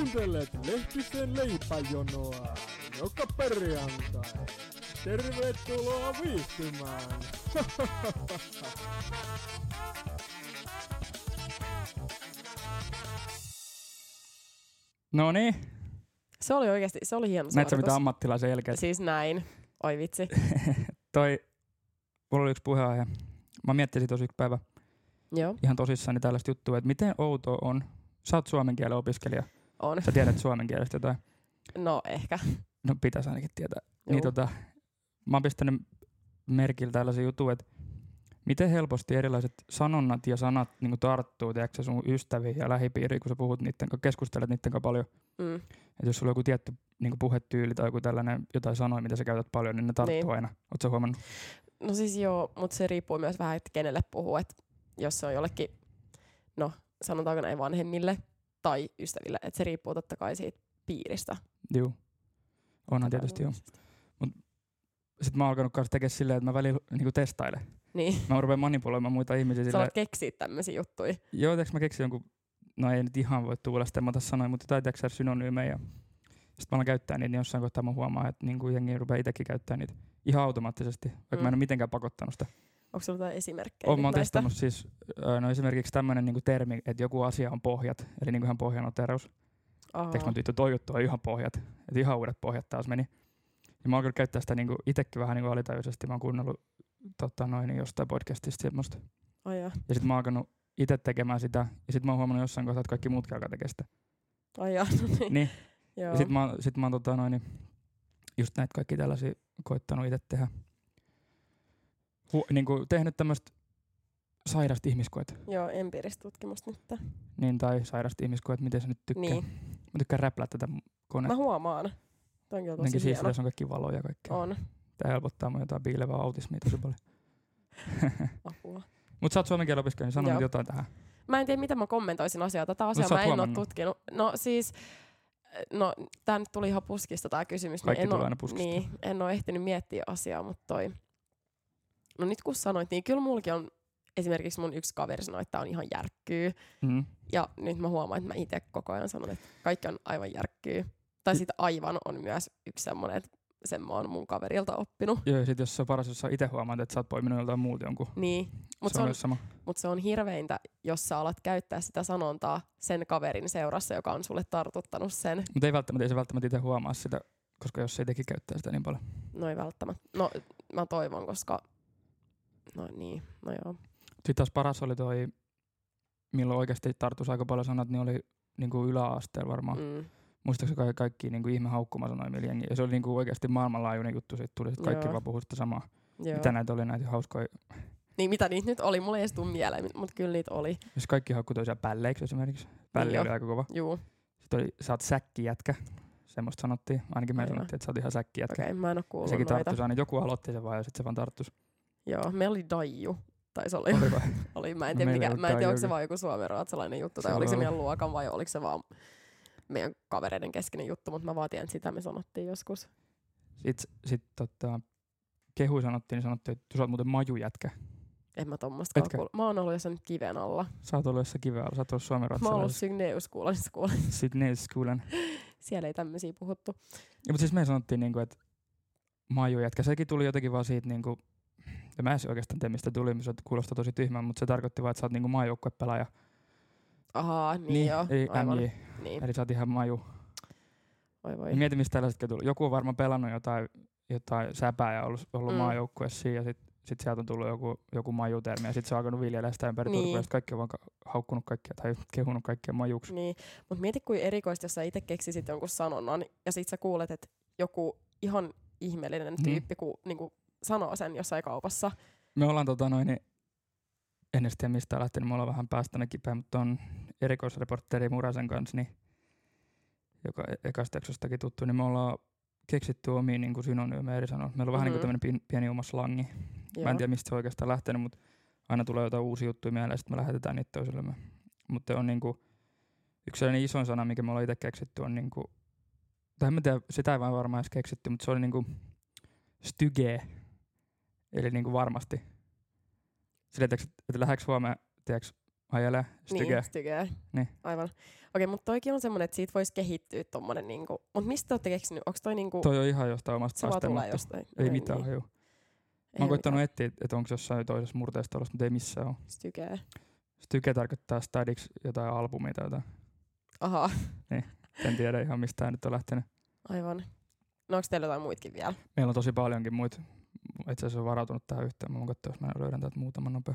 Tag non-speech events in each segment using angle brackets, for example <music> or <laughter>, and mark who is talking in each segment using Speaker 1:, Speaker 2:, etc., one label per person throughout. Speaker 1: Kuuntelet Lehtisen leipäjonoa joka perjantai. Tervetuloa viihtymään! <laughs>
Speaker 2: No niin,
Speaker 3: Se oli oikeasti, se oli hieno
Speaker 2: näet sä mitä
Speaker 3: suoritus.
Speaker 2: ammattilaisen jälkeen.
Speaker 3: Siis näin.
Speaker 2: <laughs>
Speaker 3: Oi vitsi.
Speaker 2: Toi, mulla oli yksi puheenaihe. Mä miettisin tosi yksi päivä
Speaker 3: Joo,
Speaker 2: ihan tosissani tällaista juttua, että miten outoa on. Sä oot suomen kielen opiskelija.
Speaker 3: on.
Speaker 2: Sä tiedät suomen kielestä jotain.
Speaker 3: No ehkä.
Speaker 2: No pitäisi ainakin tietää.
Speaker 3: Juu.
Speaker 2: Niin tota, mä oon pistänyt merkillä tällaisen jutun, että miten helposti erilaiset sanonnat ja sanat niin tarttuu tiedätkö, sä, sun ystäviin ja lähipiiriin, kun sä puhut niiden kanssa, keskustelet niiden kanssa paljon.
Speaker 3: Mm.
Speaker 2: Et jos sulla on joku tietty niin puhetyyli tai joku tällainen jotain sanoja, mitä sä käytät paljon, niin ne tarttuu
Speaker 3: Niin.
Speaker 2: aina. Oot sä huomannut?
Speaker 3: No siis joo, mutta se riippuu myös vähän, että kenelle puhuu. Että jos se on jollekin, no sanotaanko näin vanhemmille tai ystäville, että se riippuu totta kai siitä piiristä.
Speaker 2: Joo. Onhan tietysti joo.
Speaker 3: Tavallisesti.
Speaker 2: Sitten mä oon alkanut kanssa tekemään silleen, että mä välillä niinku testailen.
Speaker 3: Niin,
Speaker 2: Mä rupean manipuloimaan muita ihmisiä
Speaker 3: sä
Speaker 2: silleen.
Speaker 3: voit keksiä tämmöisiä juttuja.
Speaker 2: Joo, tiiäks mä keksin jonkun, no ei nyt ihan voi tuulla sitä, mä tässä sanoin, mutta jotain tiiäks, synonyymejä. Sitten mä alan käyttää niitä, niin jossain kohtaa mä huomaan, että niinku jengi rupeaa itsekin käyttää niitä ihan automaattisesti, vaikka
Speaker 3: Mm.
Speaker 2: mä en ole mitenkään pakottanut sitä.
Speaker 3: Onko sulla jotain esimerkkejä?
Speaker 2: Oon,
Speaker 3: nyt
Speaker 2: mä oon
Speaker 3: näistä?
Speaker 2: testannut siis, ö, no esimerkiksi tämmöinen niinku termi, että joku asia on pohjat, eli niinku ihan pohjanoteeraus.
Speaker 3: Aa,
Speaker 2: Tiedätkö mä tyttö, toi juttu on ihan pohjat, että ihan uudet pohjat taas meni. Ja mä oon kyllä käyttää sitä niinku itsekin vähän niinku alitajuisesti, mä oon kuunnellut tota, noin, jostain podcastista semmoista.
Speaker 3: Ai jaa.
Speaker 2: Ja sitten mä oon alkanut itse tekemään sitä, ja sitten mä oon huomannut jossain kohtaa, että kaikki muutkin alkaa tekemään sitä.
Speaker 3: Ai jaa, no niin.
Speaker 2: Niin.
Speaker 3: Joo.
Speaker 2: Ja sit mä, oon- sit mä oon tota noin, just näitä kaikki tällaisia koittanut itse tehdä. Hu, niin kuin tehnyt tämmöistä sairasta ihmiskoet.
Speaker 3: Joo, empiiristä tutkimusta nyt.
Speaker 2: Niin, tai sairasta ihmiskoet, miten se nyt tykkää.
Speaker 3: Niin,
Speaker 2: Mä tykkään räplää tätä
Speaker 3: mä
Speaker 2: konetta.
Speaker 3: huomaan. Toi on kyllä
Speaker 2: Jotenkin
Speaker 3: tosi
Speaker 2: siis
Speaker 3: hieno.
Speaker 2: tässä on kaikki valoja ja kaikkea.
Speaker 3: On,
Speaker 2: Tämä helpottaa mun jotain piilevää autismia tosi paljon. <laughs>
Speaker 3: apua.
Speaker 2: Mut sä oot suomen kielen opiskelija, niin sano
Speaker 3: Joo.
Speaker 2: nyt jotain tähän.
Speaker 3: Mä en tiedä, mitä mä kommentoisin asiaa. Tätä
Speaker 2: No, sä oot
Speaker 3: asiaa mä en ole
Speaker 2: huomannut.
Speaker 3: tutkinut. No siis, no tää nyt tuli ihan puskista tää kysymys. niin
Speaker 2: Kaikki
Speaker 3: en
Speaker 2: tulee
Speaker 3: oo-
Speaker 2: aina puskista.
Speaker 3: Niin, en ole ehtinyt miettiä asiaa, mutta toi... No nyt kun sanoit, niin kyllä mulki on esimerkiksi mun yksi kaveri sanoi, että tää on ihan järkkyy.
Speaker 2: Mm.
Speaker 3: Ja nyt mä huomaan, että mä itse koko ajan sanon, että kaikki on aivan järkkyy. Tai sitten aivan on myös yksi semmoinen, että sen mä oon mun kaverilta oppinut.
Speaker 2: Joo, ja sit jos se on paras, jos sä itse huomaat, että sä oot poiminut joltain muulta jonkun.
Speaker 3: Niin, mutta
Speaker 2: se on, myös sama.
Speaker 3: mutta se on hirveintä, jos sä alat käyttää sitä sanontaa sen kaverin seurassa, joka on sulle tartuttanut sen.
Speaker 2: Mutta ei välttämättä, ei se välttämättä itse huomaa sitä, koska jos se itsekin käyttää sitä niin paljon.
Speaker 3: No ei välttämättä. No mä toivon, koska... No niin, no joo.
Speaker 2: Sitten taas paras oli toi, milloin oikeasti tarttus aika paljon sanat, niin oli niinku yläasteella varmaan. Mm.
Speaker 3: Mm.
Speaker 2: Muistaakseni kaikki, kaikki niinku ihme haukkumasanoja millä jengi. Ja se oli niinku oikeasti maailmanlaajuinen juttu, sit tuli sit kaikki
Speaker 3: Joo.
Speaker 2: vaan puhui sitä samaa.
Speaker 3: Joo.
Speaker 2: Mitä näitä oli näitä hauskoja,
Speaker 3: Niin mitä niitä nyt oli? Mulla ei edes tuu mieleen, mutta kyllä niitä oli.
Speaker 2: jos kaikki haukkui toisiaan pälleiksi esimerkiksi. Pälli
Speaker 3: Niin Joo.
Speaker 2: oli aika kova.
Speaker 3: Juu, okei,
Speaker 2: Sitten oli, sä oot säkkijätkä, semmoista sanottiin. Ainakin me
Speaker 3: Aivan.
Speaker 2: sanottiin, että sä oot ihan säkkijätkä.
Speaker 3: okay, mä en oo
Speaker 2: Okay,
Speaker 3: kuullut
Speaker 2: Sekin
Speaker 3: noita.
Speaker 2: tarttus aina, joku aloitti sen vaan ja sitten se vaan
Speaker 3: <laughs>
Speaker 2: tarttus.
Speaker 3: Joo, meillä oli Daiju. Taisi olla
Speaker 2: Oli vai?
Speaker 3: oli. Mä en
Speaker 2: No
Speaker 3: tiedä,
Speaker 2: meillä
Speaker 3: mikä,
Speaker 2: ei ollut
Speaker 3: mä en tiedä onko
Speaker 2: Daijuakin.
Speaker 3: se vaan joku suomenruotsalainen juttu, tai
Speaker 2: Se
Speaker 3: oliko se
Speaker 2: voi
Speaker 3: meidän luokan vai oliko se vaan meidän kavereiden keskinen juttu, mutta mä vaan tiedän, että sitä me sanottiin joskus.
Speaker 2: Sitten sit, tota, kehu sanottiin, niin sanottiin, että sä oot muuten majujätkä.
Speaker 3: En mä tommostakaan
Speaker 2: Etkö?
Speaker 3: kuullut. Mä oon ollut jossain kiven alla.
Speaker 2: Sä oot ollut jossain kivellä, sä oot ollut
Speaker 3: Mä oon ollut
Speaker 2: suomenruotsalaisessa
Speaker 3: Sygneus-kuulossa kuulen.
Speaker 2: Sydney Schoolen.
Speaker 3: Siellä ei tämmöisiä puhuttu.
Speaker 2: Ja, mutta siis me sanottiin, niinku, että majujätkä. Sekin tuli jotenkin vaan siitä, niinku, ja mä en siis oikeastaan tiedä, mistä tuli, se kuulostaa tosi tyhmältä, mutta se tarkoitti vaan, että sä oot niinku maajoukkuepelaaja.
Speaker 3: Ahaa, niin, joo.
Speaker 2: eli
Speaker 3: aivan.
Speaker 2: MJ,
Speaker 3: Niin,
Speaker 2: eli sä oot ihan maju.
Speaker 3: oi voi.
Speaker 2: Ja mieti, mistä tällaisetkin tuli. Joku on varmaan pelannut jotain, jotain säpää ja ollut, ollut
Speaker 3: Mm.
Speaker 2: mm. maajoukkuessa siinä, ja sit, sit sieltä on tullut joku, joku majutermi, ja sit se on alkanut viljellä sitä ympäri
Speaker 3: Niin.
Speaker 2: niin. Mm. ja sit kaikki on vaan ka- haukkunut kaikkia, tai kehunut kaikkia majuksi.
Speaker 3: Niin, mutta mieti kuin erikoista, jos sä itse keksisit jonkun sanonnan ja sit sä kuulet, että joku ihan ihmeellinen
Speaker 2: Mm.
Speaker 3: tyyppi ku, niinku, sanoo sen jossain kaupassa.
Speaker 2: Me ollaan tota noin, niin- en edes tiedä mistä on lähtenyt, me ollaan vähän päästä ne kipeä, mutta on erikoisreportteri Murasen kanssa, niin, joka e- ekasta jaksostakin tuttu, niin me ollaan keksitty omia niin kuin synonyymejä eri sanoja. Meillä on vähän
Speaker 3: Mhm.
Speaker 2: niin kuin pieni, pieni oma slangi.
Speaker 3: Joo.
Speaker 2: Mä en tiedä mistä se on oikeastaan lähtenyt, mutta aina tulee jotain uusia juttuja mieleen ja sitten me lähetetään niitä toisillemme. Mutta on niin kuin, yksi sellainen isoin sana, mikä me ollaan itse keksitty, on niin kuin, tai en mä tiedä, sitä ei vaan varmaan edes keksitty, mutta se oli niin kuin styge, eli niin kuin varmasti. Sillä tiiäks, että lähdekö Suomeen, tiedätkö, ajelee styge.
Speaker 3: Niin, stygeä.
Speaker 2: Niin.
Speaker 3: Aivan. Okei, mutta toikin on semmoinen, että siitä voisi kehittyä tommonen niinku... Mut mistä te ootte keksinyt? Onks toi niinku...
Speaker 2: Toi on ihan jostain omasta
Speaker 3: se vaan
Speaker 2: päästä,
Speaker 3: tulee
Speaker 2: mutta
Speaker 3: jostain.
Speaker 2: ei
Speaker 3: Okei,
Speaker 2: mitään
Speaker 3: niin.
Speaker 2: haju. Mä
Speaker 3: Ei
Speaker 2: oon koittanut
Speaker 3: mitään.
Speaker 2: etsiä, että onko jossain toisessa murteessa talossa, mutta ei missään ole.
Speaker 3: Stykää.
Speaker 2: Styke tarkoittaa stadiksi jotain albumia tai jotain.
Speaker 3: Ahaa,
Speaker 2: En tiedä ihan mistä tää nyt on lähtenyt.
Speaker 3: aivan. No onks teillä jotain muitakin vielä?
Speaker 2: Meillä on tosi paljonkin muita. Itse asiassa on varautunut tähän yhteen. Mä voin katsoa, jos mä löydän täältä muutaman nopea.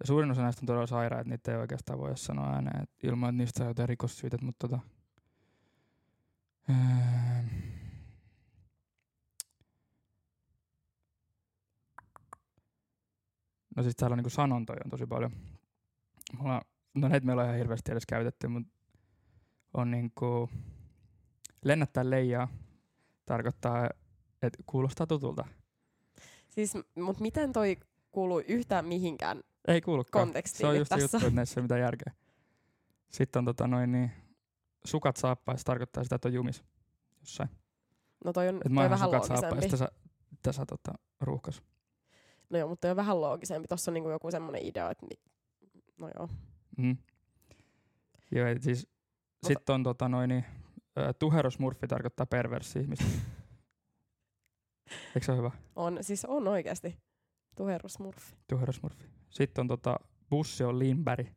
Speaker 2: Ja suurin osa näistä on todella sairaat, niitä ei oikeastaan voi edes sanoa ääneen. Et ilman, että niistä on jotain rikossyytet, mutta tota... Ähm. No siis täällä on niinku sanontoja on tosi paljon. Me ollaan, no näitä meillä on ihan hirveästi edes käytetty, mutta on niinku... Lennättää leijaa tarkoittaa, että kuulostaa tutulta.
Speaker 3: Siis, mut miten toi kuuluu yhtään mihinkään
Speaker 2: Ei kuulukaan.
Speaker 3: kontekstiin
Speaker 2: Se on
Speaker 3: nyt
Speaker 2: just se juttu,
Speaker 3: tässä?
Speaker 2: että näissä ei ole mitään järkeä. Sitten on tota noin niin, sukat saappaissa tarkoittaa sitä, että on jumis jossain.
Speaker 3: No toi on
Speaker 2: Et mä
Speaker 3: toi
Speaker 2: oon ihan
Speaker 3: vähän
Speaker 2: sukat saappaissa
Speaker 3: loogisempi.
Speaker 2: tässä, tässä tota, ruuhkas.
Speaker 3: No joo, mutta toi on vähän loogisempi. Tossa on niinku joku semmonen idea, että... Ni... No joo.
Speaker 2: Mm. Joo, et siis, sitten on tota noin niin, ö, tuherosmurfi tarkoittaa perverssi ihmistä. Eikö se ole hyvä?
Speaker 3: On, siis on oikeasti. Tuherusmurfi.
Speaker 2: Tuherosmurfi. Sitten on tota, bussi on limbäri.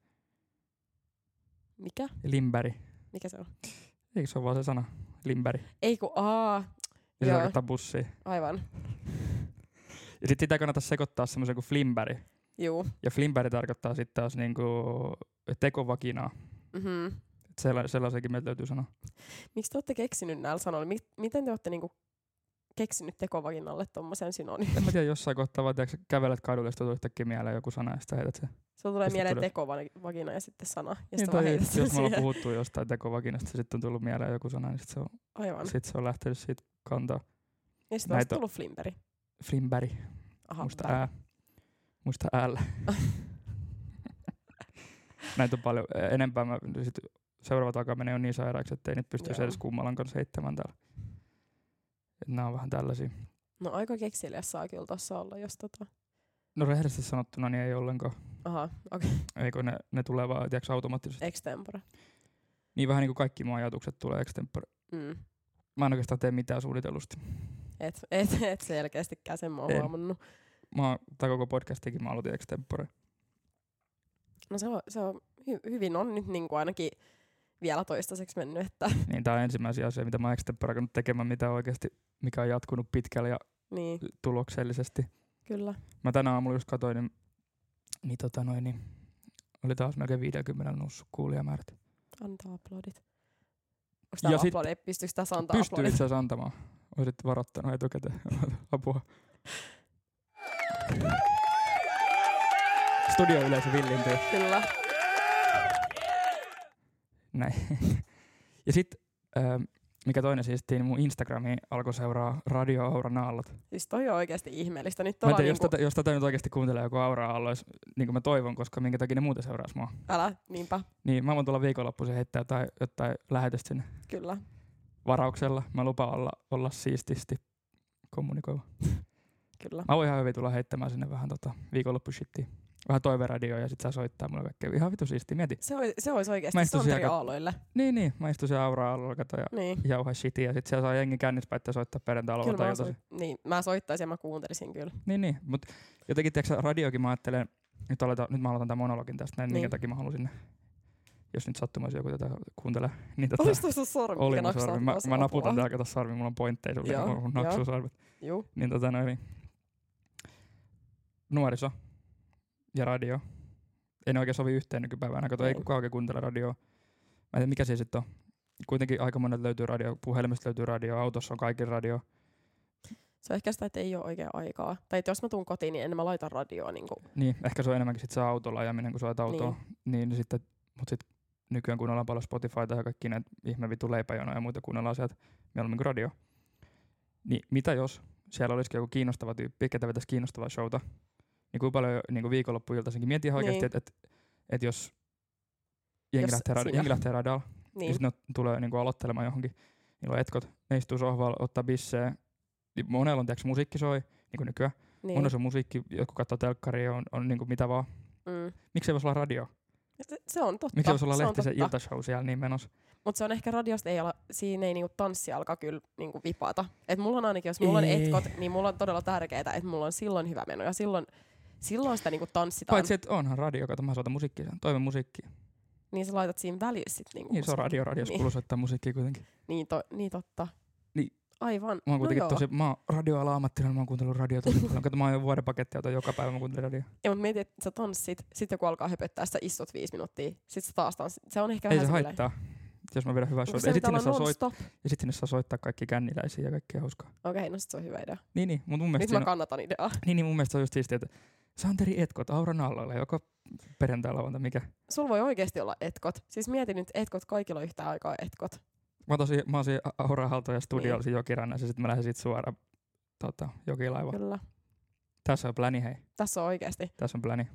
Speaker 3: Mikä?
Speaker 2: Limbäri.
Speaker 3: Mikä se on?
Speaker 2: Eikö se ole vaan se sana? Limbäri.
Speaker 3: Ei kun aa,
Speaker 2: Ja se
Speaker 3: Joo.
Speaker 2: tarkoittaa bussia.
Speaker 3: aivan.
Speaker 2: Ja sitten sitä ei kannata sekoittaa semmoisen kuin flimbäri.
Speaker 3: Juu.
Speaker 2: Ja flimbäri tarkoittaa sitten taas niinku tekovakinaa.
Speaker 3: Mhm.
Speaker 2: Et sella- sellaisenkin meiltä löytyy sana.
Speaker 3: Miksi te olette keksinyt näillä sanoilla? Mik, miten te olette niinku keksinyt tekovaginalle tommosen synonyymin?
Speaker 2: En mä tiedä, jossain kohtaa vaan tiedätkö, kävelet kadulla, jos tulee yhtäkkiä mieleen joku sana ja sitten heität se.
Speaker 3: Sulla tulee
Speaker 2: Mistä
Speaker 3: mieleen
Speaker 2: tulee?
Speaker 3: tekovagina ja sitten sana. Ja
Speaker 2: Niin,
Speaker 3: sitten vaan
Speaker 2: tai
Speaker 3: heität sen
Speaker 2: jos me ollaan
Speaker 3: siihen.
Speaker 2: puhuttu jostain tekovakinasta, sitten on tullut mieleen joku sana, niin sitten se, on,
Speaker 3: Aivan.
Speaker 2: sit se on lähtenyt siitä kantaa.
Speaker 3: Ja sitten on
Speaker 2: näitä-
Speaker 3: tullut flimberi.
Speaker 2: Flimbäri,
Speaker 3: Aha,
Speaker 2: musta
Speaker 3: väärin.
Speaker 2: ää. Musta äällä.
Speaker 3: <laughs>
Speaker 2: Näitä on paljon. Eh, Enempää mä sit seuraavat alkaa menee jo niin sairaaksi, ettei nyt pystyisi
Speaker 3: Joo.
Speaker 2: edes kummalan kanssa heittämään täällä. Et nää on vähän tällaisia.
Speaker 3: No aika kekseliä saa kyllä tossa olla, jos tota...
Speaker 2: No rehellisesti sanottuna niin ei ollenkaan.
Speaker 3: Aha, <laughs> okei,
Speaker 2: Eikö ne, ne tulee vaan tiiäks, automaattisesti.
Speaker 3: extempore.
Speaker 2: Niin vähän niin kuin kaikki mun ajatukset tulee extempore.
Speaker 3: Mm.
Speaker 2: Mä en oikeastaan tee mitään suunnitellusti.
Speaker 3: Et, et, et selkeästikään sen mä oon
Speaker 2: En.
Speaker 3: huomannut.
Speaker 2: Mä, oon- tää koko podcastikin mä aloitin extempore.
Speaker 3: No se on, se on hy, hyvin on nyt niinku ainakin vielä toistaiseksi mennyt, että <laughs>
Speaker 2: Niin tää on ensimmäisiä asioita, mitä mä oon extempore alkanut tekemään, mitä oikeasti, mikä on jatkunut pitkälle ja
Speaker 3: niin,
Speaker 2: tuloksellisesti.
Speaker 3: kyllä.
Speaker 2: Mä tänä aamulla just katsoin, niin, niin, tota noin, niin oli taas melkein 50 noussut kuulijamäärät.
Speaker 3: Antaa aplodit. Onko tää
Speaker 2: Ja sit-
Speaker 3: aplodit? Pystyykö tässä antaa
Speaker 2: Pystyy itse
Speaker 3: aplodit? <laughs>
Speaker 2: asiassa antamaan. Olisit varoittanut etukäteen apua. Studio yleisö villintyy.
Speaker 3: Kyllä.
Speaker 2: Näin. <laughs> Ja sitten, mikä toinen siistiä, niin mun Instagramiin alkoi seuraa Radio Auran aallot.
Speaker 3: Siis toi on oikeasti ihmeellistä. Nyt
Speaker 2: Mä en
Speaker 3: ollaan
Speaker 2: tiedä, jos,
Speaker 3: niinku,
Speaker 2: tätä, jos tätä nyt oikeasti kuuntelee joku Aura aallois, niin kuin mä toivon, koska minkä takia ne muuten seuraisi mua.
Speaker 3: älä, niinpä,
Speaker 2: Niin mä voin tulla viikonloppuisin heittää jotain, jotain lähetystä sinne
Speaker 3: kyllä.
Speaker 2: varauksella. Mä lupaan olla, olla siististi kommunikoiva.
Speaker 3: Kyllä.
Speaker 2: Mä voin ihan hyvin tulla heittämään sinne vähän tota viikonloppushittiä. Vähän toiveradioa ja sit saa soittaa mulle kaikkea. Ihan vitu siistiä, mieti.
Speaker 3: Se, ois, se olisi
Speaker 2: Mä
Speaker 3: oikeasti
Speaker 2: istuisin
Speaker 3: Santeri
Speaker 2: aika-
Speaker 3: Aaloille.
Speaker 2: Niin, niin. Mä istun siellä Aura aallolla kato ja
Speaker 3: Niin.
Speaker 2: jauha shittiä. Ja sit siellä saa jengi kännispä, että soittaa perjantai
Speaker 3: Kyllä
Speaker 2: tai
Speaker 3: mä,
Speaker 2: jotain.
Speaker 3: soit, niin, mä soittaisin ja mä kuuntelisin kyllä.
Speaker 2: Niin, niin. Mutta jotenkin, tiedätkö, radiokin mä ajattelen, nyt, aloitan, nyt mä aloitan tämän monologin tästä, näin, niin. minkä
Speaker 3: Niin.
Speaker 2: takia mä halusin, jos nyt sattumaisi joku tätä kuuntelee, niin tätä
Speaker 3: Olis tuossa sormi,
Speaker 2: oli
Speaker 3: mikä
Speaker 2: mun
Speaker 3: napsaat
Speaker 2: sormi. Mä,
Speaker 3: tuossa
Speaker 2: mä naputan
Speaker 3: apua.
Speaker 2: täältä kato sormi, mulla on pointteja sulle,
Speaker 3: Joo,
Speaker 2: kun mun
Speaker 3: joo.
Speaker 2: naksuu sormet.
Speaker 3: Juu,
Speaker 2: Niin tota noin, niin. nuoriso ja radio. Ei ne oikein sovi yhteen nykypäivänä, kato ei
Speaker 3: Ei.
Speaker 2: kukaan oikein kuuntele radioa. Mä en tiedä, mikä se sitten on. Kuitenkin aika monet löytyy radio, puhelimesta löytyy radio, autossa on kaikki radio.
Speaker 3: se on ehkä sitä, että ei ole oikein aikaa. Tai että jos mä tuun kotiin, niin en mä laita radioa. Niin kuin,
Speaker 2: Niin, ehkä se on enemmänkin sit se autolla ajaminen, kun sä ajat autoa. Niin. niin sitten, mut sit nykyään kun ollaan paljon Spotifyta ja kaikki näitä ihme vitu leipäjonoja ja muita kuunnellaan sieltä, mieluummin kuin radio. Niin mitä jos siellä olisikin joku kiinnostava tyyppi, ketä vetäisi kiinnostavaa showta, niin kuin paljon niin kuin viikonloppuiltaisinkin. Mieti ihan oikeasti,
Speaker 3: Niin.
Speaker 2: että et, et jos jengi,
Speaker 3: Jos
Speaker 2: lähtee, radi-
Speaker 3: sinä-
Speaker 2: jengi lähtee radalla, niin. ja
Speaker 3: niin,
Speaker 2: sitten ne tulee niin kuin aloittelemaan johonkin, niillä on etkot, ne istuu sohvalla, ottaa bissejä, Niin monella on tiiäks, musiikki soi, niin kuin nykyään,
Speaker 3: niin.
Speaker 2: niin. monella on musiikki, jotkut katsoo telkkaria, on, on niin kuin mitä niinku vaan,
Speaker 3: Mm.
Speaker 2: miksei voisi olla radio?
Speaker 3: Se, se on totta.
Speaker 2: Miksi olisi olla
Speaker 3: se on
Speaker 2: Lehtisen
Speaker 3: totta.
Speaker 2: iltashow siellä niin menossa?
Speaker 3: Mutta se on ehkä radiosta, ei ala, siinä ei niinku tanssi alkaa kyllä niinku vipata. Et mulla on ainakin, jos mulla on
Speaker 2: Ei.
Speaker 3: etkot, niin mulla on todella tärkeää, että mulla on silloin hyvä meno. Ja silloin, silloin sitä niinku tanssitaan.
Speaker 2: Paitsi, että onhan radio, kato, mä soitan musiikkia, toive musiikkia.
Speaker 3: Niin sä laitat siinä välissä sit niinku
Speaker 2: Niin, se on
Speaker 3: musaa.
Speaker 2: radio, radio,
Speaker 3: Niin.
Speaker 2: niin. soittaa musiikkia kuitenkin.
Speaker 3: Niin, to, niin totta.
Speaker 2: Niin.
Speaker 3: Aivan.
Speaker 2: Mä oon kuitenkin
Speaker 3: no
Speaker 2: no
Speaker 3: joo.
Speaker 2: tosi, mä oon radioala ammattilainen, mä oon kuunnellut radiota tosi paljon. Kato, mä oon jo vuoden pakettia, otan joka päivä, mä kuuntelen radioa.
Speaker 3: Ja mutta mietit, että sä tanssit, sit joku alkaa höpöttää, sä istut viisi minuuttia, sit sä taas tanssit. Se on ehkä
Speaker 2: Ei
Speaker 3: vähän
Speaker 2: se
Speaker 3: silleen-
Speaker 2: haittaa, jos mä vedän hyvää
Speaker 3: Onko
Speaker 2: showta.
Speaker 3: se
Speaker 2: Ja sit,
Speaker 3: pitää
Speaker 2: sinne saa
Speaker 3: olla
Speaker 2: soit,
Speaker 3: non-stop?
Speaker 2: ja sit sinne saa soittaa kaikki känniläisiä ja kaikkea hauskaa.
Speaker 3: Okei, no sit se on hyvä idea.
Speaker 2: Niin, niin, mutta mun mielestä,
Speaker 3: Nyt mä
Speaker 2: siinä,
Speaker 3: kannatan ideaa.
Speaker 2: niin, niin, mun mielestä se on just siistiä, että Santeri Etkot Auran alla joka perjantai lauantai, mikä.
Speaker 3: Sulla voi oikeasti olla etkot. Siis mieti nyt, etkot, kaikilla on yhtä aikaa etkot.
Speaker 2: Mä oon tosi, mä oon siinä Aura Haltoja studiolla niin. Jokirannassa, ja sit mä lähden siitä suoraan tota, Jokilaiva.
Speaker 3: Kyllä.
Speaker 2: Tässä on pläni, hei.
Speaker 3: Tässä on oikeasti
Speaker 2: Tässä on pläni.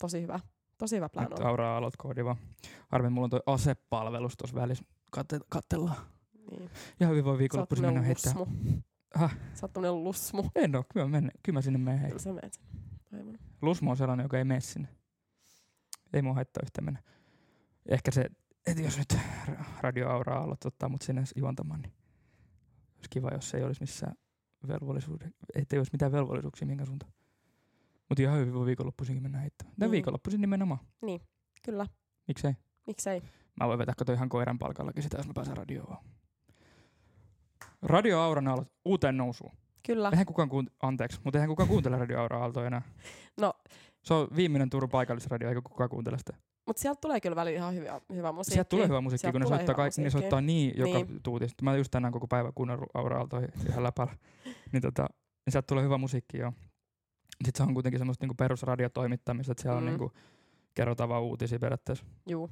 Speaker 3: tosi hyvä. Tosi hyvä plan
Speaker 2: Nyt
Speaker 3: on.
Speaker 2: Aura aloit koodi vaan. Harmi, mulla on toi asepalvelus tuossa välissä. Katte, kattellaan.
Speaker 3: Niin.
Speaker 2: Ihan hyvin voi
Speaker 3: Sä oot
Speaker 2: viikonloppuisin mennä
Speaker 3: tämmönen
Speaker 2: heittää. Ah.
Speaker 3: lusmu.
Speaker 2: Häh?
Speaker 3: Sä oot tämmönen lusmu.
Speaker 2: En oo, kyllä mä, menen, kyllä mä sinne menen hei.
Speaker 3: Sä menet sinne. Aivan.
Speaker 2: Lusmo on sellainen, joka ei mene sinne. Ei mua haittaa yhtään mennä. Ehkä se, että jos nyt ra- Radio Aura aallot ottaa mut sinne juontamaan, niin olisi kiva, jos ei olisi missään velvollisuuden, ettei olisi mitään velvollisuuksia minkä suuntaan. Mutta ihan hyvin voi viikonloppuisinkin mennä heittämään. Tai
Speaker 3: Mm.
Speaker 2: mm. viikonloppuisin nimenomaan.
Speaker 3: Kyllä.
Speaker 2: Miksei?
Speaker 3: Miksei?
Speaker 2: Mä voin vetää kato ihan koiran palkallakin sitä, jos mä pääsen radioon. vaan. Radio Auran aallot uuteen nousuun.
Speaker 3: Kyllä.
Speaker 2: Eihän kukaan kuuntele, anteeksi, mutta eihän kukaan kuuntele Radio Aura Aaltoa enää.
Speaker 3: No.
Speaker 2: Se on viimeinen Turun paikallisradio, eikä kukaan kuuntele sitä.
Speaker 3: Mut sieltä tulee kyllä välillä ihan hyvä, hyvä musiikki.
Speaker 2: Sieltä tulee hyvä musiikki,
Speaker 3: Sieltä
Speaker 2: kun ne
Speaker 3: tulee
Speaker 2: soittaa,
Speaker 3: hyvää
Speaker 2: kaikki, ne
Speaker 3: musiikkia.
Speaker 2: soittaa niin, joka
Speaker 3: Niin.
Speaker 2: niin. tuutista. Mä just tänään koko päivä kuunnellut Aura Aaltoa ihan
Speaker 3: <laughs>
Speaker 2: läpällä. niin tota, niin sieltä tulee hyvä musiikki, joo. Sitten se on kuitenkin semmoista niinku perusradiotoimittamista, että siellä mm.
Speaker 3: Mm.
Speaker 2: on niinku, kerrotaan vaan uutisia periaatteessa.
Speaker 3: Juu.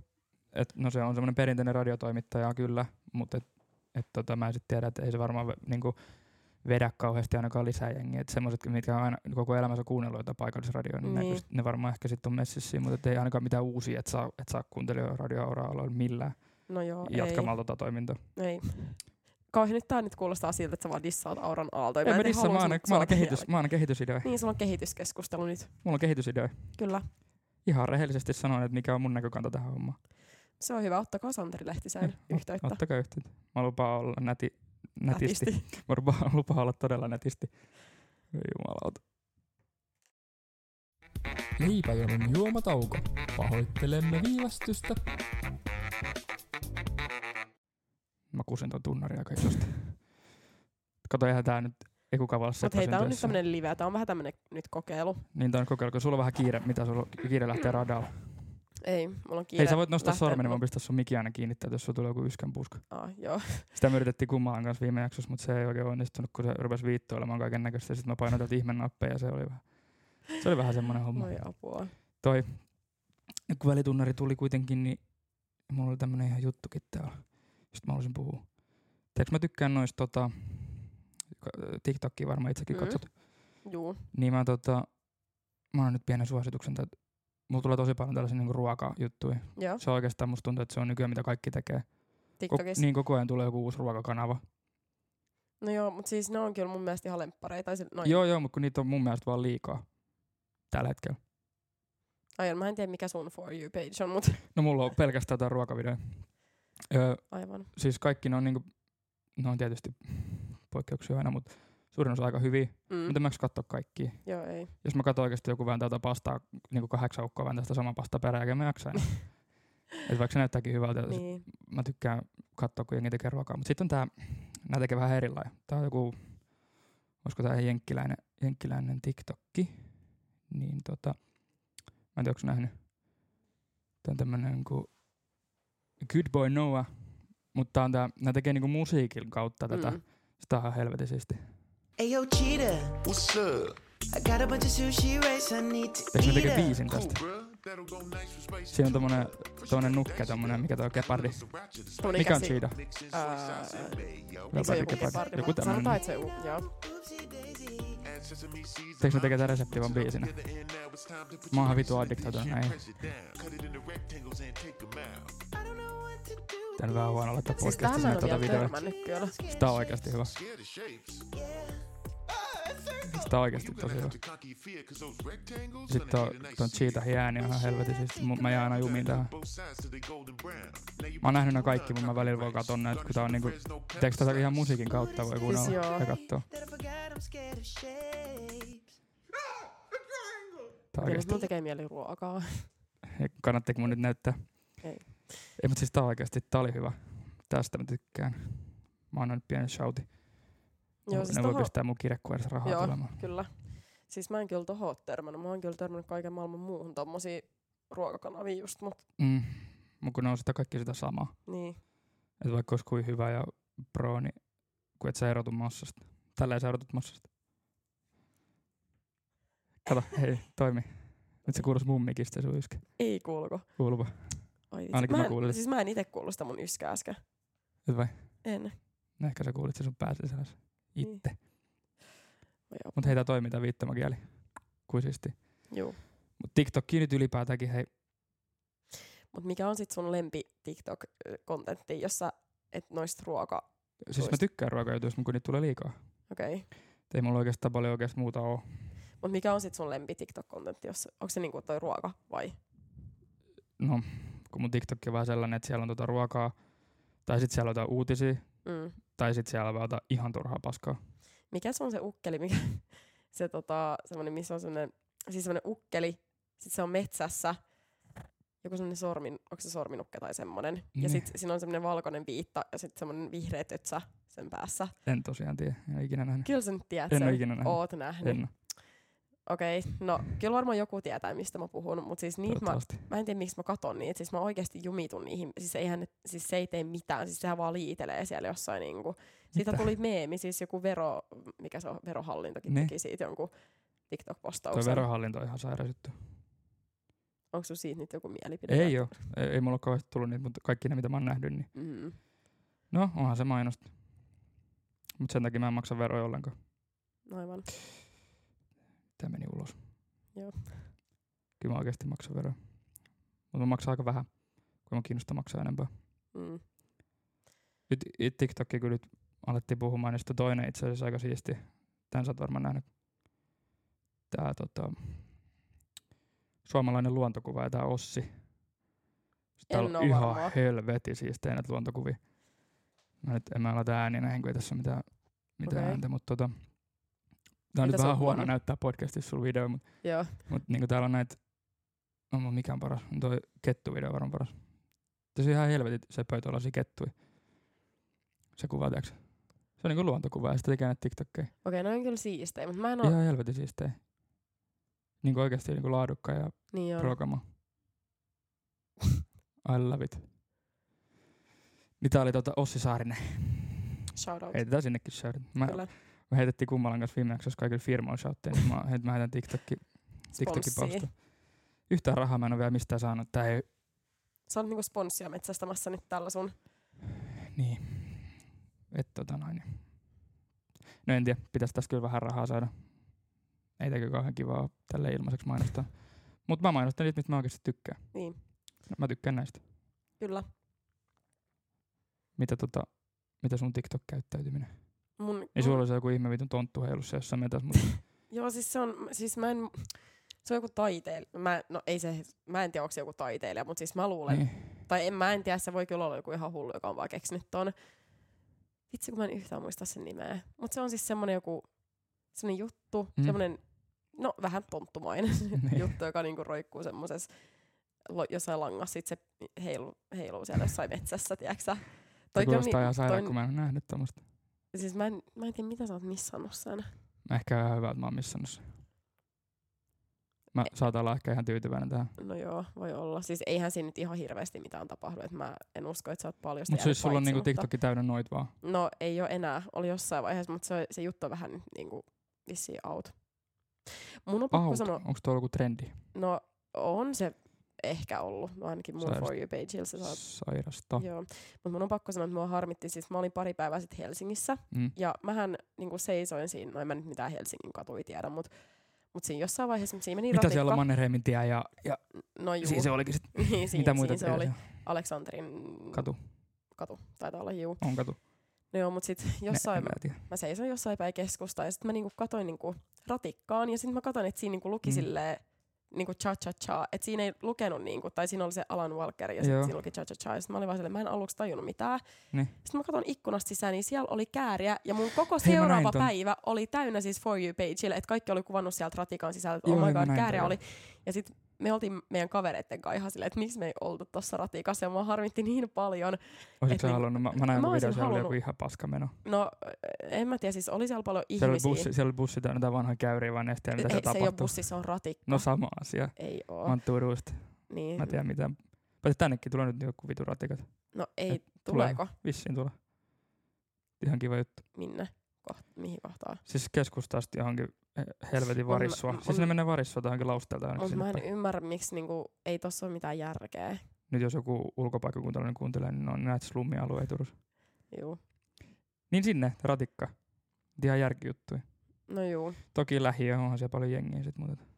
Speaker 2: Et, no se on semmoinen perinteinen radiotoimittaja kyllä, mutta et, et, tota, mä sitten tiedän, että ei se varmaan ve, niinku, vedä kauheasti ainakaan lisää jengiä. Että semmoiset, mitkä on aina koko elämänsä kuunnellut jotain paikallisradioa, niin,
Speaker 3: Niin.
Speaker 2: niin. Ne, ne, varmaan ehkä sitten on messissä, siinä, mutta et ei ainakaan mitään uusia, että saa, et saa kuuntelijoita radioauraalla millään
Speaker 3: No joo,
Speaker 2: jatkamalla tota toimintaa.
Speaker 3: ei. Ei. Kauhean nyt tää nyt kuulostaa siltä, että sä vaan dissaat Auran aaltoja.
Speaker 2: Ei
Speaker 3: en
Speaker 2: mä
Speaker 3: tiedä,
Speaker 2: dissaa, mä
Speaker 3: haluanko
Speaker 2: aina,
Speaker 3: mut
Speaker 2: mä aina,
Speaker 3: suodattaa
Speaker 2: kehitys,
Speaker 3: jälkeen.
Speaker 2: mä aina kehitysidea.
Speaker 3: Niin, sulla on kehityskeskustelu nyt.
Speaker 2: Mulla on kehitysidea.
Speaker 3: Kyllä.
Speaker 2: Ihan rehellisesti sanoin, että mikä on mun näkökanta tähän hommaan.
Speaker 3: Se on hyvä. Ottakaa Santeri Lehtiseen
Speaker 2: Joo, ot-
Speaker 3: yhteyttä.
Speaker 2: Ottakaa yhteyttä. Mä lupaan olla näti, nätisti.
Speaker 3: Nätisti.
Speaker 2: Mä lupaan, lupaan olla todella nätisti. Ei jumalauta.
Speaker 1: Leipäjonon juomatauko. Pahoittelemme viivästystä.
Speaker 2: Mä kusin ton tunnarin aika isosti. Kato, eihän tää nyt, ei kukaan voi olla
Speaker 3: Mutta hei, tää on nyt
Speaker 2: seppäsyntyessä.
Speaker 3: tämmönen live, tää on vähän tämmönen nyt kokeilu.
Speaker 2: Niin tää on kokeilu, kun sulla on vähän kiire, mitä sulla on- kiire lähtee radalla.
Speaker 3: Ei, mulla on Mm. kiire.
Speaker 2: Hei, sä voit nostaa
Speaker 3: lähteä-
Speaker 2: sormen, niin mä voin pistää sun mikki aina kiinni, että jos sulla tulee joku yskän puska.
Speaker 3: Aa, joo.
Speaker 2: Sitä me yritettiin kummaan kanssa viime jaksossa, mutta se ei oikein onnistunut, kun se rupesi viittoilemaan kaiken näköistä. Sitten mä painoin täältä ihmennappeja ja se oli vähän, se oli vähän semmoinen homma.
Speaker 3: Voi apua.
Speaker 2: Toi, nyt kun välitunnari tuli kuitenkin, niin mulla oli tämmönen ihan juttukin täällä, josta mä haluaisin puhua. Tiedätkö, mä tykkään noista tota, ka- TikTokia varmaan itsekin
Speaker 3: Mm.
Speaker 2: mm. katsot.
Speaker 3: Juu.
Speaker 2: Niin mä tota, mä annan nyt pienen suosituksen, että mulla tulee tosi paljon tällaisia niinku ruokajuttuja.
Speaker 3: Joo.
Speaker 2: Se oikeastaan musta tuntuu, että se on nykyään mitä kaikki tekee. Kok-
Speaker 3: TikTokissa.
Speaker 2: niin koko ajan tulee joku uusi ruokakanava.
Speaker 3: No joo, mutta siis ne on kyllä mun mielestä ihan lemppareita. Tai sille- No,
Speaker 2: Joo, joo, mutta kun niitä on mun mielestä vaan liikaa tällä hetkellä.
Speaker 3: Aivan, mä en tiedä mikä sun For You page
Speaker 2: <laughs>
Speaker 3: on, mutta
Speaker 2: No mulla on pelkästään jotain ruokavideoja. Öö,
Speaker 3: aivan.
Speaker 2: siis kaikki ne on niinku, ne on tietysti poikkeuksia aina, mutta suurin osa aika hyviä. Mm.
Speaker 3: Mm.
Speaker 2: Mutta mä en katso kaikki.
Speaker 3: Joo, ei.
Speaker 2: Jos mä katson oikeasti joku vääntää tätä pastaa, niinku kahdeksan ukkoa vääntää sitä samaa pastaa perään, eikä mä jaksa enää. Et vaikka se näyttääkin hyvältä, niin.
Speaker 3: Niin.
Speaker 2: mä tykkään katsoa, kun jengi tekee ruokaa. Mutta sitten on tää, nää tekee vähän erilainen. Tää on joku, olisiko tää jenkkiläinen, jenkkiläinen TikTokki. Niin tota, mä en tiedä, onko nähnyt. Tää on tämmönen kuin Good Boy Noah. Mutta on tää, nää tekee niinku musiikin kautta tätä. Mm.
Speaker 3: Mm.
Speaker 2: Sitä on ihan helvetisesti.
Speaker 4: Ayo, cheetah.
Speaker 5: What's up?
Speaker 4: I got a bunch of sushi rice I need
Speaker 2: Eikö
Speaker 4: to
Speaker 2: ne
Speaker 4: eat
Speaker 2: tekee
Speaker 4: up.
Speaker 2: biisin
Speaker 5: Cool,
Speaker 2: tästä?
Speaker 5: bruh. That'll go nice for space.
Speaker 2: Siinä on tommonen, tommonen nukke, tommonen, mikä toi on kepardi.
Speaker 3: Mun
Speaker 2: Mikä on
Speaker 3: ikäsi-
Speaker 2: siitä?
Speaker 3: Se on
Speaker 2: Kepardi,
Speaker 3: joku kepardi.
Speaker 2: Joku
Speaker 3: Sanotaan,
Speaker 2: tämmönen.
Speaker 3: että se on, joo. Siis
Speaker 4: Oopsie daisy.
Speaker 2: Eikö ne tekee tää reseptivan biisinä? Mä oon vitu addiktoitunut näihin.
Speaker 4: I don't know what to do.
Speaker 2: Tän vähän huono laittaa
Speaker 3: Siis
Speaker 2: podcastissa
Speaker 3: tähän mä en
Speaker 2: näitä
Speaker 3: ole
Speaker 2: tota
Speaker 3: vielä
Speaker 2: videoita.
Speaker 3: törmännyt kyllä.
Speaker 2: Tää on oikeasti hyvä.
Speaker 5: Scared of shapes.
Speaker 2: Sitä on oikeasti
Speaker 5: You
Speaker 2: tosi
Speaker 5: gonna
Speaker 2: hyvä.
Speaker 5: have to conquer your fear, 'cause those rectangles
Speaker 2: Sitten ton,
Speaker 5: gonna need a nice
Speaker 2: ton
Speaker 5: shield.
Speaker 2: Cheetah jääni on ihan helvetin siis. Mut mä jään aina jumiin tähän.
Speaker 5: Both sides to the golden brown. Now you
Speaker 2: Mä oon nähnyt nää kaikki, mutta mä välillä vaan katon näitä, kun tää on niinku...
Speaker 5: There's no pep
Speaker 2: Teekö tätä ihan musiikin kautta voi
Speaker 3: Siis
Speaker 2: kuunnella
Speaker 3: joo.
Speaker 2: ja kattoo?
Speaker 4: That I forgot I'm scared of shapes.
Speaker 2: Tää
Speaker 3: Ja nyt
Speaker 2: oikeesti...
Speaker 3: mun tekee mieli ruokaa.
Speaker 2: No, Kannattiko mun nyt näyttää?
Speaker 3: Ei.
Speaker 2: Ei, mut siis tää oikeesti, tää oli hyvä. Tästä mä tykkään. Mä annan nyt pienen shoutin.
Speaker 3: Joo,
Speaker 2: ne
Speaker 3: siis
Speaker 2: voi
Speaker 3: tohon,
Speaker 2: pistää mun kirjekuoressa rahaa
Speaker 3: Joo.
Speaker 2: tulemaan.
Speaker 3: kyllä. Siis mä en kyllä tohon ole törmännyt. Mä oon kyllä törmännyt kaiken maailman muuhun tommosiin ruokakanaviin just, mut
Speaker 2: Mm. Mut kun ne on sitä kaikki sitä samaa.
Speaker 3: niin.
Speaker 2: Et vaikka olisi kuin hyvä ja pro, niin kun et sä erotu massasta. Tällä ei sä erotut massasta. Kato, <laughs> hei, toimi. Nyt se kuulosi mummikista sun yskä.
Speaker 3: Ei kuuluko.
Speaker 2: Kuuluva.
Speaker 3: Ai, vitsi.
Speaker 2: Ainakin mä
Speaker 3: en-
Speaker 2: kuulin.
Speaker 3: Siis mä en itse kuullut sitä mun yskää äsken.
Speaker 2: Nyt vai?
Speaker 3: En.
Speaker 2: No ehkä sä kuulit sen sun pääsisälässä. Itte. Mm.
Speaker 3: Niin. Voi joo.
Speaker 2: Mut hei, tää toimii tää viittomakieli. Kuisisti.
Speaker 3: Juu.
Speaker 2: Mut TikTokki nyt ylipäätäänkin, hei.
Speaker 3: Mut mikä on sit sun lempi TikTok-kontentti, jossa et noista ruoka...
Speaker 2: Siis mä
Speaker 3: Toista.
Speaker 2: tykkään ruokajutuista, mut kun niitä tulee liikaa.
Speaker 3: Okei. Okay.
Speaker 2: Et Ei mulla oikeastaan paljon oikeastaan muuta oo.
Speaker 3: Mut mikä on sit sun lempi TikTok-kontentti, jossa... Onko se niinku toi ruoka vai?
Speaker 2: No, kun mun TikTok on vähän sellainen, että siellä on tota ruokaa. Tai sit siellä on jotain uutisia.
Speaker 3: Mm.
Speaker 2: Tai sit siellä on jotain ihan turhaa paskaa.
Speaker 3: Mikä se on se ukkeli, mikä... <laughs> Se tota, semmonen, missä on semmonen... Siis semmonen ukkeli, sit se on metsässä. Joku semmonen sormin... Onko se sorminukke tai semmonen?
Speaker 2: Ne.
Speaker 3: Ja sit siinä on semmonen valkoinen viitta ja sit semmonen vihreä tötsä sen päässä.
Speaker 2: En tosiaan tiedä, en ole ikinä nähnyt.
Speaker 3: Kyllä sä nyt tiedät
Speaker 2: En ole
Speaker 3: sen.
Speaker 2: ikinä nähnyt.
Speaker 3: Oot nähnyt.
Speaker 2: En,
Speaker 3: Okei, no kyllä varmaan joku tietää, mistä mä puhun, mutta siis niitä mä,
Speaker 2: toivottavasti.
Speaker 3: mä en tiedä, miksi mä katon niitä, siis mä oikeasti jumitun niihin, siis, eihän, ne- siis se ei tee mitään, siis sehän vaan liitelee siellä jossain niinku. Siitä
Speaker 2: Mitä?
Speaker 3: tuli meemi, siis joku vero, mikä se on, verohallintokin
Speaker 2: Ne.
Speaker 3: teki siitä jonkun
Speaker 2: Tuo
Speaker 3: TikTok-postauksen.
Speaker 2: verohallinto on ihan sairaan juttu.
Speaker 3: Onko sun siitä nyt joku mielipide?
Speaker 2: Ei oo, ei, ei mulla ole kauheasti tullut niitä, mutta kaikki ne mitä mä oon nähnyt, niin
Speaker 3: Mm.
Speaker 2: no onhan se mainosta. Mutta sen takia mä en maksa veroja ollenkaan.
Speaker 3: No Aivan.
Speaker 2: Tämä meni ulos.
Speaker 3: Joo.
Speaker 2: Kyllä mä oikeasti maksan veroja. Mutta mä maksan aika vähän, kun mä kiinnostaa maksaa enempää.
Speaker 3: Mm.
Speaker 2: Nyt nyt TikTokia kun nyt alettiin puhumaan, niin sit on toinen itse asiassa aika siisti. Tän sä oot varmaan nähnyt. Tää tota, suomalainen luontokuva ja tää Ossi. Sit
Speaker 3: En
Speaker 2: Täällä on
Speaker 3: oo
Speaker 2: ihan
Speaker 3: varma.
Speaker 2: helveti siistejä näitä luontokuvia. Mä nyt en mä laita ääniä näihin, kun ei tässä ole mitään, mitään
Speaker 3: Okei.
Speaker 2: okay. ääntä, mutta tota, Tää on
Speaker 3: Mitä
Speaker 2: nyt
Speaker 3: se
Speaker 2: vähän
Speaker 3: on
Speaker 2: huono
Speaker 3: huono?
Speaker 2: näyttää podcastissa sulla video, mutta
Speaker 3: Joo.
Speaker 2: mut, niinku täällä on näitä, no mut mikä on paras, toi kettuvideo on varmaan paras. Tässä on ihan helvetit sepöi tuollaisia kettuja. Se kuva, tiiäks? Se on niinku luontokuva ja sitten tekee näitä TikTokkeja.
Speaker 3: Okei, no on kyllä siistejä, mutta mä en
Speaker 2: No.
Speaker 3: oo...
Speaker 2: Ihan helvetin siistejä. Niinku oikeesti niinku laadukka ja
Speaker 3: Niin on.
Speaker 2: Rokama. I love it. Mitä oli tota Ossi Saarinen?
Speaker 3: Shout out.
Speaker 2: Heitetään sinnekin shoutit. Mä,
Speaker 3: Kyllä.
Speaker 2: me heitettiin kummalan kanssa viime jaksossa kaikille firmoille shoutteja, niin mä, heti mä heitän TikTokki, TikTokin
Speaker 3: Sponssii.
Speaker 2: palsta. Yhtään rahaa mä en ole vielä mistään saanut. Tää ei,
Speaker 3: Sä oot niinku sponssia metsästämässä nyt tällä sun.
Speaker 2: niin. Et tota noin. niin. No en tiedä, pitäis tässä kyllä vähän rahaa saada. Ei tää kyllä kauhean kivaa oo tälle ilmaiseksi mainostaa. Mut mä mainostan niitä, mistä mä oikeesti tykkään. No,
Speaker 3: Niin,
Speaker 2: Mä tykkään näistä.
Speaker 3: kyllä.
Speaker 2: Mitä tota, mitä sun TikTok-käyttäytyminen?
Speaker 3: Mun,
Speaker 2: Ei
Speaker 3: mun-
Speaker 2: sulla olisi joku ihme vitun tonttu heilussa jossain metäs, mutta
Speaker 3: Joo, siis se on, siis mä en, se on joku taiteilija. Mä, no ei se, mä en tiedä, onko se joku taiteilija, mutta siis mä luulen.
Speaker 2: niin,
Speaker 3: Tai en, mä en tiedä, se voi kyllä olla joku ihan hullu, joka on vaan keksinyt ton. Vitsi, kun mä en yhtään muista sen nimeä. Mutta se on siis semmonen joku, semmonen juttu,
Speaker 2: Mm.
Speaker 3: mm. semmonen, no vähän tonttumainen <laughs>
Speaker 2: Niin.
Speaker 3: juttu, joka niinku roikkuu semmoses, lo, jossain langassa, sit se heilu, heiluu siellä jossain metsässä, tiiäksä.
Speaker 2: se
Speaker 3: Toikin on
Speaker 2: kuulostaa
Speaker 3: ni-
Speaker 2: ihan sairaan,
Speaker 3: toi-
Speaker 2: kun mä en ole nähnyt tommosta.
Speaker 3: Siis mä en, mä en tiedä, mitä sä oot missannut sen.
Speaker 2: Ehkä on ihan hyvä, että mä oon missannut sen. Mä
Speaker 3: E-
Speaker 2: saatan olla ehkä ihan tyytyväinen tähän.
Speaker 3: No joo, voi olla. Siis eihän siinä nyt ihan hirveästi mitään tapahdu, että mä en usko, että sä oot paljon sitä
Speaker 2: Mut siis
Speaker 3: jäänyt
Speaker 2: sulla on
Speaker 3: paitsi,
Speaker 2: niinku
Speaker 3: mutta-
Speaker 2: TikTokki täynnä noit vaan.
Speaker 3: No ei ole enää, oli jossain vaiheessa, mutta se, se juttu on vähän nyt niinku vissiin out. Mun on pakko
Speaker 2: Out.
Speaker 3: sanoa,
Speaker 2: Onks tuolla joku trendi?
Speaker 3: no on se ehkä ollut, no ainakin mun
Speaker 2: Sairasta.
Speaker 3: For You pageilla se saa.
Speaker 2: Sairasta.
Speaker 3: Joo, mutta mun on pakko sanoa, että mua harmitti, siis mä olin pari päivää sitten Helsingissä,
Speaker 2: Mm.
Speaker 3: ja mähän niinku seisoin siinä, no en mä nyt mitään Helsingin katuja tiedä, mutta mut siinä jossain vaiheessa, siinä meni
Speaker 2: Mitä
Speaker 3: ratikka.
Speaker 2: siellä on Mannerheimin tie ja, ja
Speaker 3: No juu,
Speaker 2: siinä se olikin sit.
Speaker 3: <laughs> niin, siinä,
Speaker 2: Mitä muita
Speaker 3: siinä se oli
Speaker 2: siellä?
Speaker 3: Aleksanterin
Speaker 2: Katu.
Speaker 3: katu, taitaa olla juu.
Speaker 2: On katu.
Speaker 3: No joo,
Speaker 2: <laughs>
Speaker 3: mutta sitten jossain,
Speaker 2: mä,
Speaker 3: mä,
Speaker 2: tiedä.
Speaker 3: mä seisoin jossain päin keskustaa ja sitten mä niinku katoin niinku ratikkaan ja sitten mä katoin, että siinä niinku luki
Speaker 2: Mm.
Speaker 3: mm. silleen niinku cha cha cha, että siinä ei lukenut niinku, tai siinä oli se Alan Walker ja
Speaker 2: Joo.
Speaker 3: sitten siinä luki cha cha cha ja sit mä olin vaan silleen, mä en aluksi tajunnut mitään.
Speaker 2: Niin.
Speaker 3: Sitten mä katon ikkunasta sisään, niin siellä oli kääriä ja mun koko
Speaker 2: Hei, mä
Speaker 3: seuraava
Speaker 2: näin ton.
Speaker 3: päivä oli täynnä siis For You pageille, että kaikki oli kuvannut sieltä ratikan sisältä, että
Speaker 2: Joo,
Speaker 3: oh
Speaker 2: mä
Speaker 3: my god,
Speaker 2: näin
Speaker 3: kääriä
Speaker 2: ton,
Speaker 3: oli. Ja sitten me oltiin meidän kavereitten kanssa ihan silleen, että miksi me ei oltu tuossa ratikassa ja mua harmitti niin paljon,
Speaker 2: Olisitko
Speaker 3: Et
Speaker 2: sä
Speaker 3: niinku-
Speaker 2: halunnut? Mä, mä näin
Speaker 3: mä
Speaker 2: joku video,
Speaker 3: olisin
Speaker 2: siellä oli joku
Speaker 3: halunnut.
Speaker 2: ihan paskameno.
Speaker 3: No, en mä tiedä, siis oli siellä paljon
Speaker 2: Siellä oli,
Speaker 3: ihmisiä.
Speaker 2: bussi, siellä oli bussi täynnä tätä vanhaa käyriä, vaan en tiedä, mitä
Speaker 3: ei,
Speaker 2: se
Speaker 3: se ei ole
Speaker 2: tapahtuu.
Speaker 3: bussi, se on ratikka.
Speaker 2: No sama asia.
Speaker 3: Ei
Speaker 2: Mä
Speaker 3: oo.
Speaker 2: oon Turusta.
Speaker 3: Niin.
Speaker 2: Mä tiedän mitään. Paitsi tännekin tulee nyt joku vitu ratikat.
Speaker 3: No ei,
Speaker 2: Et tulee.
Speaker 3: tuleeko?
Speaker 2: Vissiin tulee. Ihan kiva juttu.
Speaker 3: Minne? Koht, mihin kohtaan?
Speaker 2: Siis keskustasta johonkin eh, helvetin
Speaker 3: Mun-
Speaker 2: varissua.
Speaker 3: mun-
Speaker 2: siis ne menee varissua tai johonkin lausteelta ainakin
Speaker 3: Mutta mä
Speaker 2: sinne
Speaker 3: en
Speaker 2: päin.
Speaker 3: ymmärrä, miksi niinku, ei tossa ole mitään järkeä.
Speaker 2: Nyt jos joku ulkopaikkakuntalainen kuuntelee, niin ne on näitä slummialueita Turussa.
Speaker 3: Juu. Niin.
Speaker 2: Niin sinne, ratikka. Ihan järkijuttuja.
Speaker 3: No juu.
Speaker 2: Toki lähiö onhan siellä paljon jengiä sit, mutta et-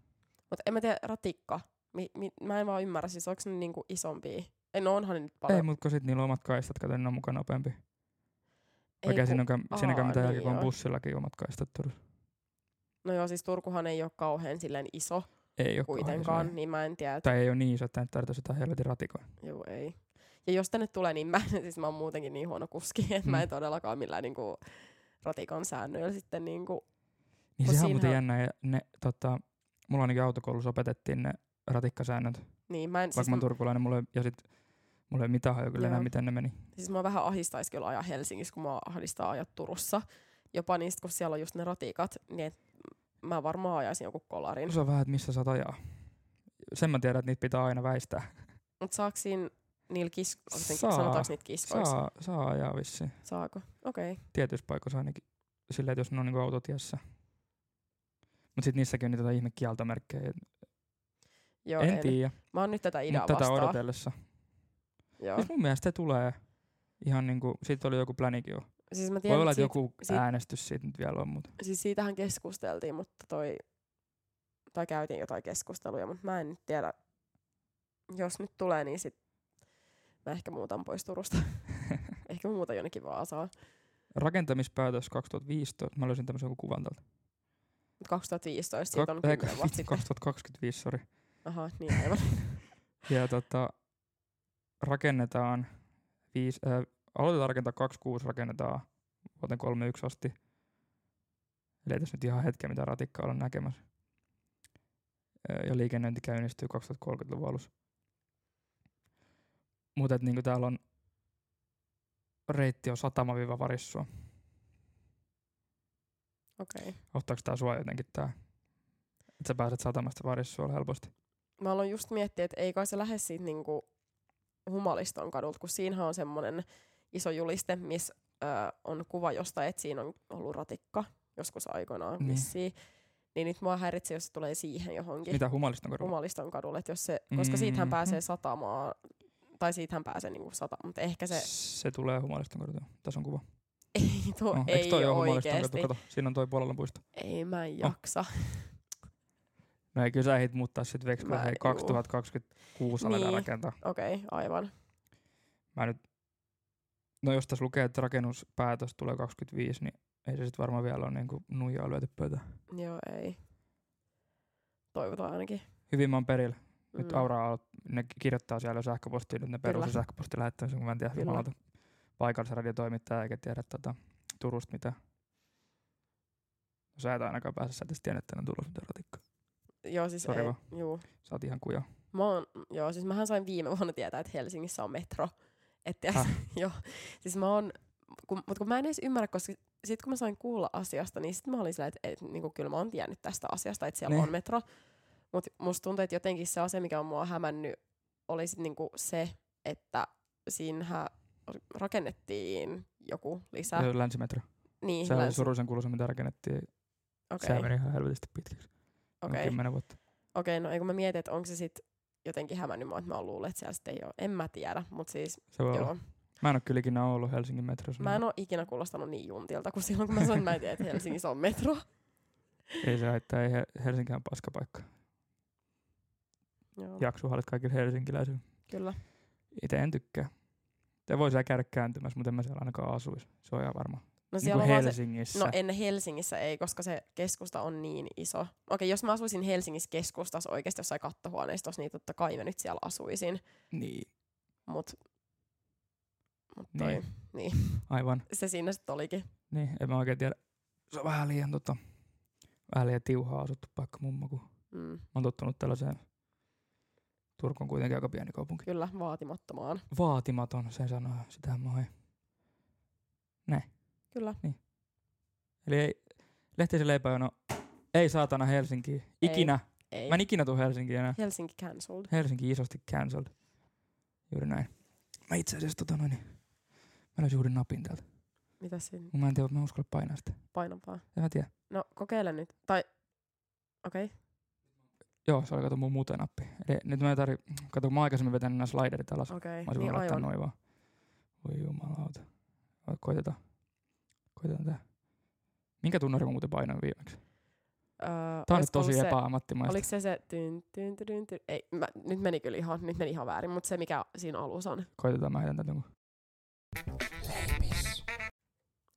Speaker 3: Mutta en mä tiedä, ratikka. Mi, mi, mä en vaan ymmärrä, siis onko ne niinku isompia? Ei, no onhan ne nyt paljon.
Speaker 2: ei, mutta kun sit niillä on omat kaistat, kato, niin ne on mukaan nopeampi.
Speaker 3: Ei
Speaker 2: Vaikka
Speaker 3: kun-
Speaker 2: siinäkään, siinäkään
Speaker 3: aa,
Speaker 2: mitään järkeä,
Speaker 3: niin
Speaker 2: kun on
Speaker 3: joo.
Speaker 2: bussillakin omat kaistat Turussa.
Speaker 3: No joo, siis Turkuhan ei ole kauhean silleen iso
Speaker 2: Ei oo
Speaker 3: kuitenkaan, niin mä en tiedä, että
Speaker 2: Tai ei ole niin iso, että tarvitsisi jotain helvetin ratikoa.
Speaker 3: Joo, ei. Ja jos tänne tulee, niin mä, <laughs> siis mä oon muutenkin niin huono kuski, että mm.
Speaker 2: Mm.
Speaker 3: mä en todellakaan millään niinku ratikan säännöillä sitten niinku,
Speaker 2: Niin
Speaker 3: Kun
Speaker 2: sehän on muuten
Speaker 3: siinähän-
Speaker 2: jännä. Ja ne, tota, mulla ainakin autokoulussa opetettiin ne ratikkasäännöt.
Speaker 3: niin mä en, siis,
Speaker 2: Vaikka mä oon
Speaker 3: m-
Speaker 2: turkulainen, mulla ei, ja sit mulla ei mitään hajua kyllä
Speaker 3: Joo.
Speaker 2: enää, miten ne meni.
Speaker 3: siis mä vähän ahistaisi kyllä ajaa Helsingissä, kun mä ahdistaa ajaa Turussa. Jopa niistä, kun siellä on just ne ratikat, niin et mä varmaan ajaisin joku kolarin.
Speaker 2: Se on vähän, että missä saat ajaa. Sen mä tiedän, että niitä pitää aina väistää.
Speaker 3: Mut saaks siinä niillä kis... onko se-
Speaker 2: Saa.
Speaker 3: Sanotaanko niitä kiskoiksi?
Speaker 2: Saa, saa ajaa vissiin.
Speaker 3: Saako? Okei. Okay.
Speaker 2: Tietyissä paikoissa ainakin silleen, että jos ne on niinku autotiessä. Mut sit niissäkin on niitä jotain ihme kieltomerkkejä.
Speaker 3: Joo,
Speaker 2: Joo, en, en tiedä,
Speaker 3: Mä oon nyt tätä ideaa
Speaker 2: mutta tätä
Speaker 3: vastaan.
Speaker 2: odotellessa.
Speaker 3: Joo.
Speaker 2: Siis mun mielestä se tulee ihan niinku, siitä oli joku plänikin jo.
Speaker 3: Siis mä tiedän,
Speaker 2: Voi olla,
Speaker 3: että
Speaker 2: että
Speaker 3: siitä-
Speaker 2: joku
Speaker 3: siitä-
Speaker 2: äänestys siitä nyt vielä on, mutta
Speaker 3: siis siitähän keskusteltiin, mutta toi, tai käytiin jotain keskusteluja, mutta mä en nyt tiedä, jos nyt tulee, niin sit mä ehkä muutan pois Turusta.
Speaker 2: <laughs>
Speaker 3: ehkä mä muutan jonnekin Vaasaan.
Speaker 2: rakentamispäätös 2015, mä löysin tämmöisen jonkun kuvan täältä.
Speaker 3: Mutta 2015, siitä on
Speaker 2: Kak- ei,
Speaker 3: 10 vuotta sitten.
Speaker 2: 2025, sori.
Speaker 3: Aha, niin aivan. <laughs>
Speaker 2: Ja tota, rakennetaan, viis, äh, aloitetaan rakentaa 26, rakennetaan vuoteen 31 asti. Eli ei tässä nyt ihan hetkeä mitä ratikkaa olla näkemässä. Ö, Ja liikennöinti käynnistyy 2030-luvun alussa. Mutta niinku täällä on reitti on satama-varissua.
Speaker 3: Okei. Okay.
Speaker 2: Ottaako tää sua jotenkin tää? Että sä pääset satamasta varissuolle helposti.
Speaker 3: Mä aloin just miettiä, että ei kai se lähde siitä niinku humaliston kadulta, kun siinähän on semmoinen iso juliste, missä ö, on kuva jostain, että siinä on ollut ratikka joskus aikoinaan
Speaker 2: Niin.
Speaker 3: vissiin. Niin nyt mua häiritsee, jos se tulee siihen johonkin.
Speaker 2: Mitä humalista on
Speaker 3: Humaliston kadulle, että jos se, koska mm siitähän
Speaker 2: Mhm.
Speaker 3: pääsee satamaan, tai siitähän pääsee niinku satamaan, mutta ehkä se
Speaker 2: se tulee humalista kadulta. Tässä on kuva.
Speaker 3: <laughs> ei, tuo,
Speaker 2: No,
Speaker 3: ei
Speaker 2: toi ole
Speaker 3: oikeesti.
Speaker 2: Kato, Oh. siinä on toi Puolalan puisto.
Speaker 3: Ei mä en jaksa.
Speaker 2: No ei, kyllä sä ehdit muuttaa sit veksi, kun
Speaker 3: Mä-
Speaker 2: hei
Speaker 3: juu.
Speaker 2: 2026 aletaan
Speaker 3: Niin.
Speaker 2: rakentaa.
Speaker 3: <laughs> Okei, okay, aivan.
Speaker 2: Mä nyt, no jos tässä lukee, että rakennuspäätös tulee 25, niin ei se sit varmaan vielä ole niinku nuijaa lyöty pöytään.
Speaker 3: Joo, ei. Toivotaan ainakin.
Speaker 2: Hyvin mä oon perillä. Nyt
Speaker 3: Mm.
Speaker 2: Aura, on- ne kirjoittaa siellä jo sähköpostiin, nyt ne perus ja
Speaker 3: Kyllä.
Speaker 2: sähköposti lähettämisen, kun mä en tiedä
Speaker 3: Kyllä.
Speaker 2: jumalauta paikallisradiotoimittaja eikä tiedä tota, Turusta mitä. Sä et ainakaan pääse, sä et edes tiedä, että ne on tulossa mitä ratikkaa.
Speaker 3: Joo, siis
Speaker 2: Sori
Speaker 3: ei.
Speaker 2: vaan.
Speaker 3: Juu.
Speaker 2: Sä oot ihan kuja.
Speaker 3: Mä oon, joo, siis mähän sain viime vuonna tietää, että Helsingissä on metro. Että
Speaker 2: Häh?
Speaker 3: ah. <laughs> joo, siis mä oon, kun, mutta kun mä en edes ymmärrä, koska sit kun mä sain kuulla asiasta, niin sit mä olin silleen, että et, niinku, kyllä mä oon tiennyt tästä asiasta, että siellä
Speaker 2: Niin.
Speaker 3: niin. on metro. Mut musta tuntuu, että jotenkin se asia, mikä on mua hämännyt, oli sit niinku se, että siinähän rakennettiin joku lisää.
Speaker 2: Se on länsimetro.
Speaker 3: niin,
Speaker 2: Se oli
Speaker 3: länsi-
Speaker 2: surullisen kuuluisa, mitä rakennettiin. Okay.
Speaker 3: Okei,
Speaker 2: Se meni ihan helvetisti pitkäksi. Okay.
Speaker 3: okei.
Speaker 2: Kymmenen vuotta.
Speaker 3: Okei, no ei kun mä mietin, että onko se sit jotenkin hämännyt mua, että mä oon luullut, että siellä sitten ei ole. En mä tiedä, mutta siis
Speaker 2: Se voi olla.
Speaker 3: joo.
Speaker 2: Mä en ole kyllä ikinä ollut Helsingin metrossa.
Speaker 3: Mä en
Speaker 2: niin
Speaker 3: ole ikinä kuulostanut niin juntilta kuin silloin, kun mä sanoin, että mä en tiedä, että Helsingissä on
Speaker 2: <laughs>
Speaker 3: metro.
Speaker 2: Ei se haittaa, ei He- Helsinki on paskapaikka.
Speaker 3: Joo,
Speaker 2: Jaksuhallit kaikille helsinkiläisille.
Speaker 3: kyllä. No
Speaker 2: Itse en tykkää. Te voi siellä käydä kääntymässä, mutta en mä siellä ainakaan asuisi. Se on ihan varma.
Speaker 3: No
Speaker 2: niin
Speaker 3: siellä
Speaker 2: kuin
Speaker 3: on vaan se,
Speaker 2: Helsingissä.
Speaker 3: no en Helsingissä ei, koska se keskusta on niin iso. Okei, jos mä asuisin Helsingissä keskustassa oikeasti jossain kattohuoneistossa, niin totta kai mä nyt siellä asuisin.
Speaker 2: Niin,
Speaker 3: Mut, mut toi,
Speaker 2: niin,
Speaker 3: niin. niin.
Speaker 2: aivan.
Speaker 3: se siinä sitten olikin.
Speaker 2: Niin, en mä oikein tiedä. Se on vähän liian, tota, vähän liian tiuhaa asuttu paikka mummo, kun
Speaker 3: Mm,
Speaker 2: mä oon tottunut tällaiseen. Turku on kuitenkin aika pieni kaupunki.
Speaker 3: kyllä, vaatimattomaan.
Speaker 2: Vaatimaton, sen sanoa, sitä mä hain.
Speaker 3: Kyllä.
Speaker 2: Eli ei, Lehtisen leipäjono, ei saatana Helsinkiin. Ikinä.
Speaker 3: Ei.
Speaker 2: Ei. Mä en ikinä tuu Helsinkiin enää.
Speaker 3: Helsinki cancelled.
Speaker 2: Helsinki isosti cancelled. Juuri näin. Mä itse asiassa tota noin, niin, mä löysin uuden napin täältä.
Speaker 3: Mitä siinä
Speaker 2: Mun mä en tiedä, mä en uskalla painaa sitä.
Speaker 3: painampaa?
Speaker 2: En mä tiedä.
Speaker 3: No kokeile nyt. Tai, okei. Okay.
Speaker 2: Joo, se oli kato mun muuten nappi. Eli nyt mä ei tarvi, kato kun mä aikaisemmin vetän nämä sliderit alas.
Speaker 3: Okei,
Speaker 2: Mä
Speaker 3: okay.
Speaker 2: olisin
Speaker 3: niin
Speaker 2: voinut laittaa
Speaker 3: aivan.
Speaker 2: noin vaan. Voi jumalauta. Oi, Koitetaan. Koitetaan tää. Minkä tunnari mä muuten painoin viimeksi?
Speaker 3: Öö,
Speaker 2: Tää on nyt
Speaker 3: olisiko ollut
Speaker 2: tosi
Speaker 3: se,
Speaker 2: epäammattimaista.
Speaker 3: Oliko se se tyn, tyn, tyn, tyn, tyn. Ei, mä, nyt meni kyllä ihan, nyt meni ihan väärin, mutta se mikä siinä alussa on.
Speaker 2: Koitetaan, mä heitän tän jonkun.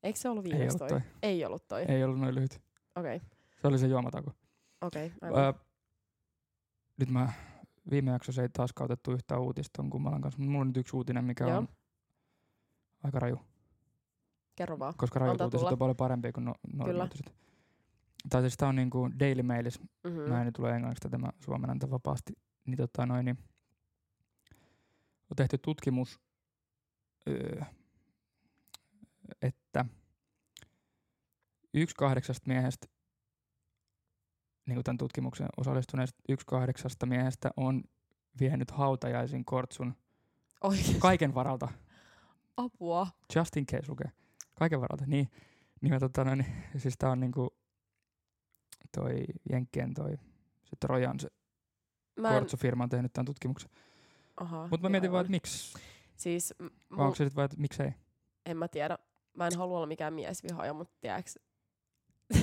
Speaker 3: Eikö se ollut
Speaker 2: Ei
Speaker 3: viimeis
Speaker 2: ollut
Speaker 3: toi?
Speaker 2: toi.
Speaker 3: Ei ollut toi.
Speaker 2: Ei ollut noin lyhyt.
Speaker 3: Okei, okay.
Speaker 2: Se oli se juomatauko.
Speaker 3: okei. Okay.
Speaker 2: Öö,
Speaker 3: aivan.
Speaker 2: nyt mä viime jaksossa ei taaskaan otettu yhtään uutista on kummalan kanssa, mutta mulla on nyt yksi uutinen, mikä
Speaker 3: Joo.
Speaker 2: on aika raju,
Speaker 3: Kerro vaan.
Speaker 2: koska rajut
Speaker 3: Antaa
Speaker 2: uutiset
Speaker 3: tulla.
Speaker 2: on paljon parempia kuin no,
Speaker 3: Kyllä.
Speaker 2: normaaliset. uutiset. Tai siis tää on niinku Daily Mailissa,
Speaker 3: Mm-hmm.
Speaker 2: mm. näin nyt tulee englanniksi tämä suomennan vapaasti, niin tota noin, niin on tehty tutkimus, öö, että yksi kahdeksasta miehestä, niin kuin tämän tutkimuksen osallistuneista, yksi kahdeksasta miehestä on vienyt hautajaisin kortsun
Speaker 3: <laughs> Oikeesti.
Speaker 2: kaiken varalta,
Speaker 3: Apua.
Speaker 2: just in case lukee, kaiken varalta, niin, niin mä tota noin, <laughs> siis tää on niinku toi Jenkkien toi, se Trojan se
Speaker 3: Mä en...
Speaker 2: Kortsu-firma on tehnyt tämän tutkimuksen.
Speaker 3: Aha,
Speaker 2: Mutta mä
Speaker 3: niin
Speaker 2: mietin vaan,
Speaker 3: aivan.
Speaker 2: että miksi.
Speaker 3: Siis m-
Speaker 2: Vai onko
Speaker 3: mu-
Speaker 2: se sitten vaan, että miksei.
Speaker 3: en mä tiedä. Mä en halua olla mikään miesvihaaja, mutta tiedäks... <laughs>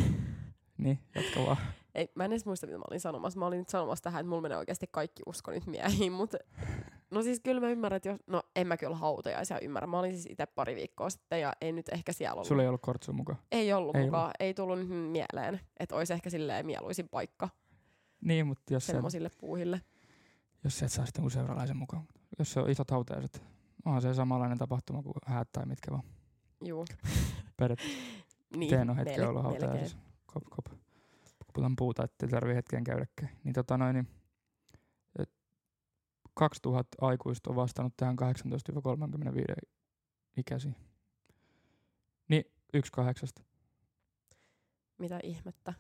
Speaker 2: Niin, jatka vaan.
Speaker 3: Ei, mä en edes muista, mitä mä olin sanomassa. Mä olin nyt sanomassa tähän, että mulla menee oikeasti kaikki usko nyt miehiin, mutta...
Speaker 2: <laughs>
Speaker 3: No siis kyllä mä ymmärrän, että jos... No en mä kyllä hautajaisia ymmärrä. Mä olin siis itse pari viikkoa sitten ja ei nyt ehkä siellä ollut.
Speaker 2: Sulla ei ollut kortsua mukaan.
Speaker 3: Ei ollut
Speaker 2: Ei
Speaker 3: ei mukaan. Ei tullut nyt mieleen, että olisi ehkä silleen mieluisin paikka
Speaker 2: Niin, mutta jos, sä-
Speaker 3: semmoisille puuhille.
Speaker 2: jos sä et saa sitten jonkun seuralaisen mukaan. Jos se on isot hautajaiset, onhan se samanlainen tapahtuma kuin häät tai mitkä vaan.
Speaker 3: Juu.
Speaker 2: Periaatteessa
Speaker 3: Niin,
Speaker 2: teen on hetken
Speaker 3: mel-
Speaker 2: ollut
Speaker 3: melkein.
Speaker 2: hautajaisissa. Kop, kop. Koputan puuta, ettei tarvii hetkeen käydäkään. Niin tota noin, niin et 2000 aikuista on vastannut tähän 18-35 ikäisiin. Niin, yksi kahdeksasta.
Speaker 3: Mitä ihmettä.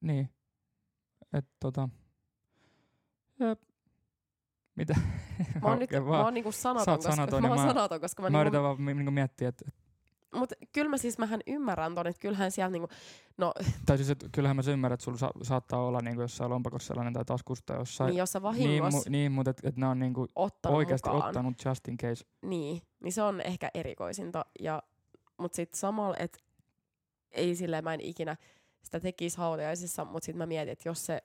Speaker 2: Niin. Et tota... Jep. Mitä?
Speaker 3: Mä oon nyt
Speaker 2: Oikein
Speaker 3: mä oon niinku
Speaker 2: Sä
Speaker 3: sanaton,
Speaker 2: oot
Speaker 3: koska,
Speaker 2: sanaton
Speaker 3: mä
Speaker 2: ja
Speaker 3: oon
Speaker 2: mä-
Speaker 3: sanaton, koska mä,
Speaker 2: Mä
Speaker 3: niinku,
Speaker 2: yritän vaan mi- niinku miettiä, että...
Speaker 3: mut kyllä mä siis mähän ymmärrän ton, että kyllähän siellä niinku,
Speaker 2: Tai siis, että kyllähän mä sen ymmärrän, että sulla sa- saattaa olla niinku jossain lompakossa sellainen tai taskusta jossain.
Speaker 3: niin jos sä
Speaker 2: niin,
Speaker 3: vahingossa
Speaker 2: mu- niin mutta että et nää on niinku
Speaker 3: ottanut
Speaker 2: oikeasti
Speaker 3: mukaan,
Speaker 2: ottanut just in case.
Speaker 3: Niin, niin se on ehkä erikoisinta. Ja, mutta sitten samalla, että ei silleen, mä en ikinä sitä tekisi hautajaisissa, mutta sitten mä mietin, että jos se,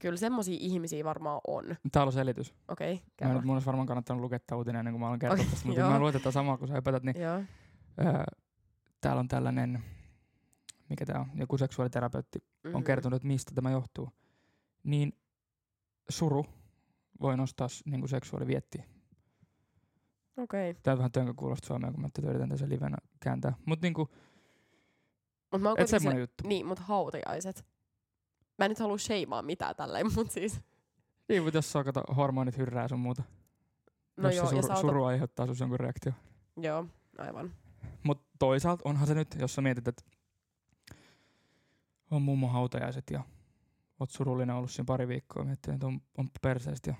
Speaker 3: kyllä semmosia ihmisiä varmaan on.
Speaker 2: Täällä on selitys.
Speaker 3: Okei, okay,
Speaker 2: Mä
Speaker 3: kerro.
Speaker 2: en, mun olisi varmaan kannattanut lukea tämä uutinen ennen kuin mä olen kertonut
Speaker 3: Okei,
Speaker 2: tästä, mutta
Speaker 3: joo.
Speaker 2: mä luulen, että samaa kun sä höpötät, niin
Speaker 3: Joo,
Speaker 2: öö, täällä on tällainen, mikä tää on, joku seksuaaliterapeutti on
Speaker 3: mhm.
Speaker 2: kertonut, että mistä tämä johtuu, niin suru voi nostaa niin kuin seksuaaliviettiä.
Speaker 3: Okei, okay.
Speaker 2: Tämä on vähän tönkö kuulosta suomea, kun mä tätä yritän tässä livenä kääntää. Mutta niin kuin,
Speaker 3: mutta mä
Speaker 2: et
Speaker 3: oon kuitenkin
Speaker 2: semmoinen
Speaker 3: se,
Speaker 2: juttu.
Speaker 3: niin, mutta hautajaiset. Mä en nyt halua sheimaa mitään tälleen, mutta siis,
Speaker 2: Niin, mutta jos saa kato hormonit hyrrää sun muuta.
Speaker 3: no
Speaker 2: jos
Speaker 3: joo,
Speaker 2: se
Speaker 3: ja
Speaker 2: suru,
Speaker 3: sä otat,
Speaker 2: suru aiheuttaa sun jonkun reaktio.
Speaker 3: joo, aivan.
Speaker 2: Mutta toisaalta onhan se nyt, jos sä mietit, että on mummo hautajaiset ja oot surullinen ollut siinä pari viikkoa, miettinyt, että on, on perseestä ja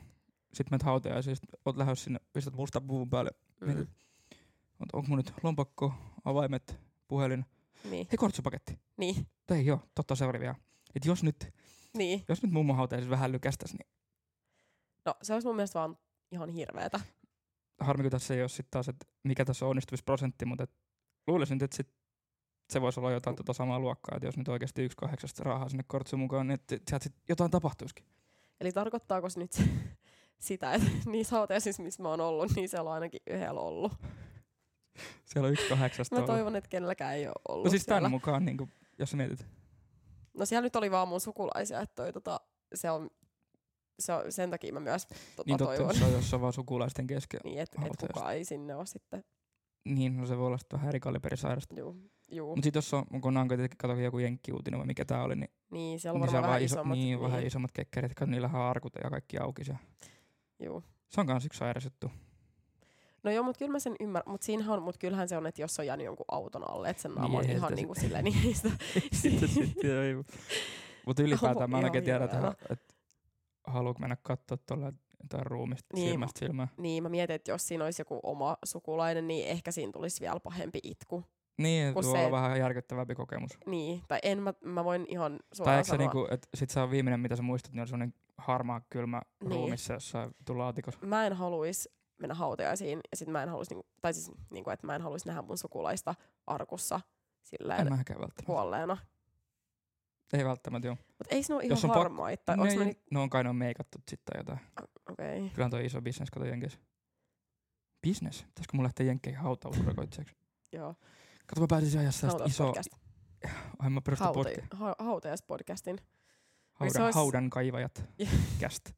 Speaker 2: sit menet hautajaisista, oot lähdössä sinne, pistät musta puvun päälle,
Speaker 3: Mm.
Speaker 2: Mietit, Mut onko mun nyt lompakko, avaimet, puhelin.
Speaker 3: Niin,
Speaker 2: Hei, kortsupaketti.
Speaker 3: niin,
Speaker 2: Tai joo, totta se oli vielä. Et jos nyt,
Speaker 3: niin.
Speaker 2: jos nyt mummo hautaisit vähän lykästäs, niin
Speaker 3: No se olisi mun mielestä vaan ihan hirveetä.
Speaker 2: harmi kun tässä ei ole sit taas, että mikä tässä on onnistumisprosentti, mutta et luulisin nyt, että sit se voisi olla jotain tota samaa luokkaa, että jos nyt oikeasti yksi kahdeksasta rahaa sinne kortsun mukaan, niin et sieltä sit jotain tapahtuisikin.
Speaker 3: Eli tarkoittaako se nyt <laughs> se, sitä, että <laughs> niin niissä hotellissa, missä mä oon ollut, niin siellä on ainakin yhdellä ollut.
Speaker 2: Siellä on yksi kahdeksasta
Speaker 3: Mä
Speaker 2: ollut.
Speaker 3: toivon, että kenelläkään ei ole ollut
Speaker 2: No siis
Speaker 3: siellä.
Speaker 2: tämän mukaan, niin kuin, jos sä mietit.
Speaker 3: No siellä nyt oli vaan mun sukulaisia, että toi, tota, se on, se on, sen takia mä myös tota,
Speaker 2: Niin totta,
Speaker 3: toivon.
Speaker 2: jos se on jossain vaan sukulaisten kesken.
Speaker 3: <laughs> Niin, että et
Speaker 2: Haluat
Speaker 3: kukaan ei sinne ole sitten.
Speaker 2: Niin, no se voi olla sitten vähän eri kaliberi sairasta.
Speaker 3: Juu, juu.
Speaker 2: Mutta sitten jos on, kun on kato joku jenkkiuutinen vai mikä tää oli, niin,
Speaker 3: Niin, siellä on
Speaker 2: niin se on vaan
Speaker 3: varmaan vähän
Speaker 2: iso,
Speaker 3: isommat.
Speaker 2: niin, vähän isommat kekkerit, kun niillähän on arkut ja kaikki auki siellä.
Speaker 3: Juu.
Speaker 2: Se on kans yksi sairas
Speaker 3: <laughs>
Speaker 2: juttu.
Speaker 3: No joo, mutta kyllä mä sen ymmärrän. Mutta siinähän on, mut kyllähän se on, että jos on jäänyt jonkun auton alle, että sen
Speaker 2: Niin,
Speaker 3: naama on
Speaker 2: eihän
Speaker 3: ihan
Speaker 2: sitä
Speaker 3: niinku silleen <laughs> niistä.
Speaker 2: Sitten, sitten, ei. Mutta ylipäätään mä
Speaker 3: Ihan
Speaker 2: ainakin tiedän,
Speaker 3: hirveä.
Speaker 2: että et, haluuko mennä katsoa tuolla jotain ruumista
Speaker 3: Niin.
Speaker 2: silmästä silmään.
Speaker 3: niin, mä mietin, että jos siinä olisi joku oma sukulainen, niin ehkä siinä tulisi vielä pahempi itku.
Speaker 2: Niin,
Speaker 3: Kun
Speaker 2: tuo on
Speaker 3: se-
Speaker 2: vähän järkyttävämpi kokemus.
Speaker 3: Niin, tai en mä, mä voin ihan
Speaker 2: Tai
Speaker 3: suoraan
Speaker 2: eikö se
Speaker 3: sanoa.
Speaker 2: niinku, että sit se on viimeinen, mitä sä muistat, niin on semmonen harmaa kylmä
Speaker 3: Niin.
Speaker 2: niin. ruumissa jossain tuolla laatikossa.
Speaker 3: mä en haluaisi mennä hautajaisiin ja sit mä en haluaisi, niinku, tai siis niinku, että mä en haluaisi nähdä mun sukulaista arkussa
Speaker 2: En
Speaker 3: silleen
Speaker 2: mäkään välttämättä.
Speaker 3: kuolleena.
Speaker 2: Ei välttämättä, joo.
Speaker 3: Mutta ei se ole ihan
Speaker 2: Jos on pakko-
Speaker 3: harmaita. Tai onks
Speaker 2: ne,
Speaker 3: mä
Speaker 2: ei-
Speaker 3: nyt...
Speaker 2: no on kai ne on meikattu sit tai jotain.
Speaker 3: Okei. Okay.
Speaker 2: Kyllähän toi iso bisnes, kato jenkeissä. Bisnes? Pitäisikö mun lähteä jenkkeihin hautausurakoitsijaksi?
Speaker 3: Joo.
Speaker 2: Kato mä pääsisin ajassa tästä iso...
Speaker 3: Hautauspodcast.
Speaker 2: Ai mä perustan
Speaker 3: Hauta,
Speaker 2: podcast.
Speaker 3: ha, hautajaispodcastin. Niin se
Speaker 2: Haudan,
Speaker 3: ois-
Speaker 2: haudan kaivajat. Käst.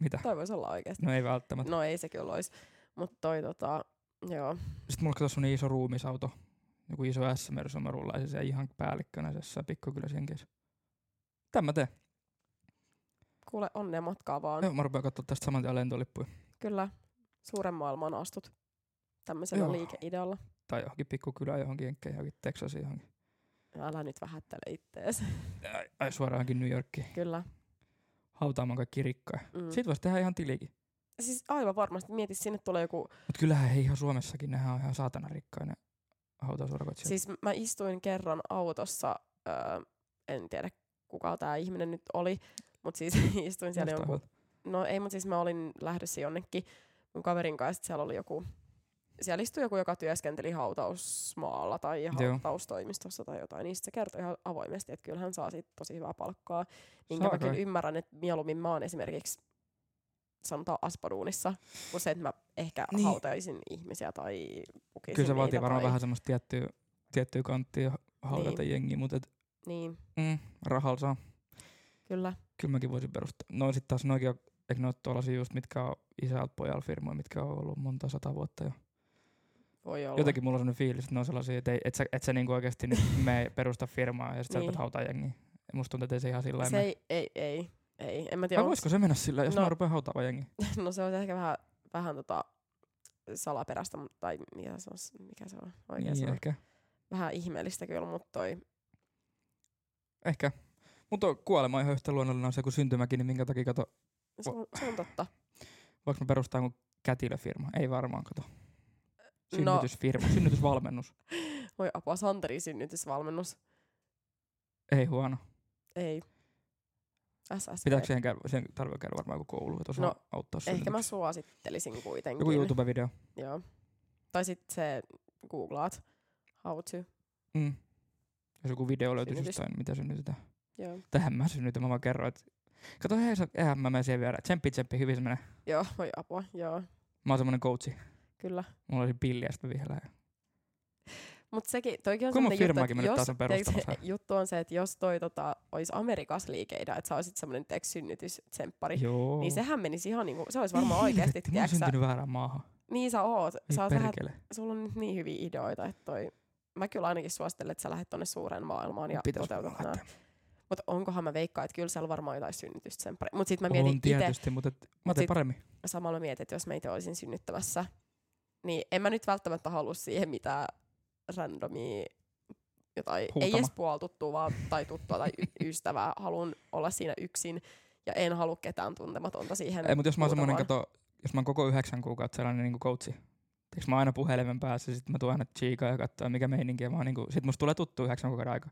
Speaker 2: Mitä?
Speaker 3: <laughs> Toi voisi olla oikeasti.
Speaker 2: No ei välttämättä.
Speaker 3: No ei se kyllä olisi. Mutta toi tota, joo.
Speaker 2: Sitten mulla katsoi iso ruumisauto. Joku iso S-mersu, mä rullaisin sen ihan päällikkönä tässä pikkukylässä jenkeissä. Tämän mä teen.
Speaker 3: Kuule, onnea matkaa vaan.
Speaker 2: Joo, mä rupean katsoa tästä saman tien lentolippuja.
Speaker 3: Kyllä, suuren maailmaan astut tämmöisellä
Speaker 2: Joo.
Speaker 3: liikeidealla.
Speaker 2: Tai johonkin pikkukylään, johonkin jenkkeihin, johonkin Texasiin, johonkin.
Speaker 3: Älä nyt vähättele ittees. <laughs>
Speaker 2: Ai, ai suoraan johonkin New Yorkiin.
Speaker 3: Kyllä.
Speaker 2: Hautaamaan kaikki rikkaa.
Speaker 3: Mm.
Speaker 2: Siitä voisi tehdä ihan tilikin.
Speaker 3: Siis aivan varmasti. Mieti, sinne tulee joku...
Speaker 2: Mutta kyllähän he ihan Suomessakin, nehän on ihan saatana rikkaina hautausurakoitsijat.
Speaker 3: Siis mä istuin kerran autossa, öö, en tiedä kuka tämä ihminen nyt oli, mutta siis <laughs> istuin siellä jonkun No ei, mutta siis mä olin lähdössä jonnekin mun kaverin kanssa, että siellä oli joku, siellä istui joku, joka työskenteli hautausmaalla tai
Speaker 2: Joo.
Speaker 3: hautaustoimistossa tai jotain, niin sit se kertoi ihan avoimesti, että kyllä hän saa siitä tosi hyvää palkkaa, minkä
Speaker 2: Saa
Speaker 3: mä kyllä
Speaker 2: kai.
Speaker 3: ymmärrän, että mieluummin mä oon esimerkiksi sanotaan aspaduunissa, kuin se, että mä ehkä niin.
Speaker 2: Niin.
Speaker 3: hautaisin ihmisiä tai pukisin
Speaker 2: Kyllä se vaatii
Speaker 3: niitä
Speaker 2: varmaan
Speaker 3: tai,
Speaker 2: vähän semmoista tiettyä, tiettyä kanttia haudata
Speaker 3: Niin.
Speaker 2: niin. jengiä, mutta et,
Speaker 3: Niin,
Speaker 2: mm, rahalla saa.
Speaker 3: kyllä.
Speaker 2: Kyllä mäkin voisin perustaa. No sit taas noikin on, eikö ne ole tuollaisia just, mitkä on isältä pojalla firmoja, mitkä on ollut monta sata vuotta jo.
Speaker 3: Voi olla.
Speaker 2: Jotenkin mulla on sellainen fiilis, että ne on sellaisia, että ei, et sä, et sä niinku oikeesti
Speaker 3: <laughs>
Speaker 2: nyt mene perusta firmaa ja sit sä
Speaker 3: Niin.
Speaker 2: niin. hautaa jengiä. Musta tuntuu, että ei se ihan sillä
Speaker 3: se
Speaker 2: lailla
Speaker 3: ei, ei, ei, ei. En mä tiedä,
Speaker 2: mene. Vai
Speaker 3: onks-
Speaker 2: voisiko se mennä sillä, jos
Speaker 3: No.
Speaker 2: no. mä rupean hautaamaan jengiä?
Speaker 3: <laughs> No se on ehkä vähän, vähän tota salaperäistä, mut- tai mikä se on, s- mikä se on oikein
Speaker 2: Niin,
Speaker 3: niin,
Speaker 2: ehkä.
Speaker 3: Vähän ihmeellistä kyllä, mutta toi,
Speaker 2: Ehkä. Mutta kuolema on ihan yhtä luonnollinen asia kuin syntymäkin, niin minkä takia kato,
Speaker 3: se on, se on totta.
Speaker 2: voiko me perustaa jonkun kätilöfirma? Ei varmaan, kato.
Speaker 3: No,
Speaker 2: Synnytysfirma, synnytysvalmennus.
Speaker 3: voi apua, Santeri synnytysvalmennus.
Speaker 2: Ei huono.
Speaker 3: Ei. SSP.
Speaker 2: Pitääkö siihen käydä, sen tarvitse käydä varmaan joku koulu, että osaa
Speaker 3: No,
Speaker 2: no, auttaa
Speaker 3: Ehkä mä
Speaker 2: synnytyksessä?
Speaker 3: suosittelisin kuitenkin.
Speaker 2: Joku YouTube-video.
Speaker 3: Joo. Tai sit se googlaat how to.
Speaker 2: Mm. Jos joku video löytyisi
Speaker 3: Synnytys.
Speaker 2: jostain, mitä synnytetään.
Speaker 3: Joo,
Speaker 2: Tähän mä synnytän, mä vaan kerron, että kato, hei, sä- eihän mä mene siihen vielä. Tsemppi, tsemppi, hyvin se menee.
Speaker 3: joo voi apua, joo,
Speaker 2: Mä oon semmonen coachi.
Speaker 3: kyllä.
Speaker 2: Mulla olisi pilli ja sitten vielä.
Speaker 3: Mutta sekin, toikin on
Speaker 2: Kun mun
Speaker 3: semmonen juttu,
Speaker 2: firmaakin
Speaker 3: että
Speaker 2: mä nyt
Speaker 3: jos,
Speaker 2: taas on perustamassa.
Speaker 3: teeks- <laughs> juttu on se, että jos toi tota, olisi Amerikas liikeidä, että sä olisit semmoinen teeks synnytystsempppari,
Speaker 2: Joo.
Speaker 3: Niin sehän menisi ihan niinku,
Speaker 2: <laughs>
Speaker 3: se olisi varmaan oikeasti,
Speaker 2: Mä oon
Speaker 3: tiedätkö sä,
Speaker 2: Niin, syntynyt väärään maahan.
Speaker 3: niin sä oot,
Speaker 2: Ei
Speaker 3: sä oot vähän,
Speaker 2: perkele.
Speaker 3: sulla on nyt niin hyviä ideoita, että toi, mä kyllä ainakin suosittelen, että sä lähdet tonne suureen maailmaan ja
Speaker 2: Pitäis
Speaker 3: toteutat
Speaker 2: varmaan
Speaker 3: nää. Mutta onkohan mä veikkaan, että kyllä siellä varmaan jotain synnytystä sen pari. Mutta sitten mä
Speaker 2: On
Speaker 3: mietin itse,
Speaker 2: tietysti, mutta et, mä
Speaker 3: Mut
Speaker 2: teen
Speaker 3: sit-
Speaker 2: paremmin.
Speaker 3: samalla mietin, että jos mä itse olisin synnyttämässä, niin en mä nyt välttämättä halua siihen mitään randomia jotain, Huutama. ei
Speaker 2: Huutama.
Speaker 3: edes puol tuttua vaan, tai tuttua tai
Speaker 2: <laughs>
Speaker 3: y- ystävää. Haluan olla siinä yksin ja en halua ketään tuntematonta siihen.
Speaker 2: Ei, mutta jos mä oon semmonen,
Speaker 3: huutamaan.
Speaker 2: kato, jos mä oon koko yhdeksän kuukautta sellainen niinku coachi, Tiiäks, mä oon aina puhelimen päässä, sit mä tuon aina chiikaa ja katsoa mikä meininki, ja mä oon niinku, sit musta tulee tuttu yhdeksän kuukauden aika.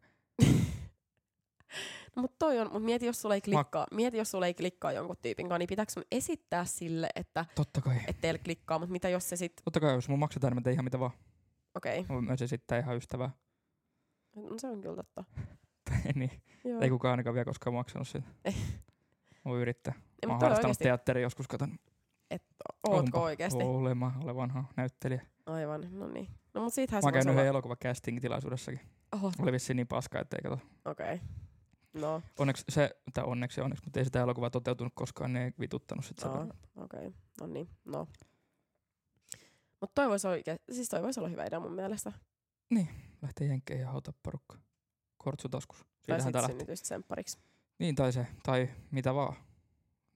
Speaker 3: Mutta toi on, mut mieti jos sulla ei klikkaa, mieti jos sulla ei klikkaa jonkun tyypin kanssa, niin pitääkö sun esittää sille, että
Speaker 2: Totta kai.
Speaker 3: et teillä klikkaa, mutta mitä jos se sit,
Speaker 2: Totta kai, jos mun maksetaan, niin mä teen ihan mitä vaan.
Speaker 3: okei,
Speaker 2: Mä voin myös esittää ihan ystävää. <laughs>
Speaker 3: okay. no se on kyllä totta.
Speaker 2: niin,
Speaker 3: Joo.
Speaker 2: ei kukaan ainakaan vielä koskaan maksanut sitä.
Speaker 3: Mm. Ei.
Speaker 2: Voi yrittää.
Speaker 3: Ei,
Speaker 2: Mä oon
Speaker 3: mutta toi
Speaker 2: harrastanut
Speaker 3: oikeasti,
Speaker 2: teatteria joskus, katon.
Speaker 3: ootko
Speaker 2: Onpa.
Speaker 3: oikeasti?
Speaker 2: Ole, mä olen vanha näyttelijä. Mä
Speaker 3: Aivan, no niin. No mut siitähän se
Speaker 2: oon
Speaker 3: voisi
Speaker 2: käynyt yhden
Speaker 3: olla.
Speaker 2: elokuva-casting-tilaisuudessakin.
Speaker 3: Oho,
Speaker 2: Oli vissiin niin paska, ettei kato.
Speaker 3: okei. Okay. No,
Speaker 2: Onneksi se, tai onneksi ja onneksi, mutta ei sitä elokuva toteutunut koskaan, ne ei vituttanut sit
Speaker 3: Aa,
Speaker 2: sen.
Speaker 3: okei. Okay. No niin, no. Mutta toi voisi oikein, siis toi voisi olla hyvä idea mun mielestä.
Speaker 2: Lähtee jenkkeihin ja hautaa porukka. Kortsu taskus.
Speaker 3: Tai
Speaker 2: Siitähän tää
Speaker 3: sitten
Speaker 2: lähti.
Speaker 3: synnytystä semppariksi.
Speaker 2: Niin tai se, tai mitä vaan.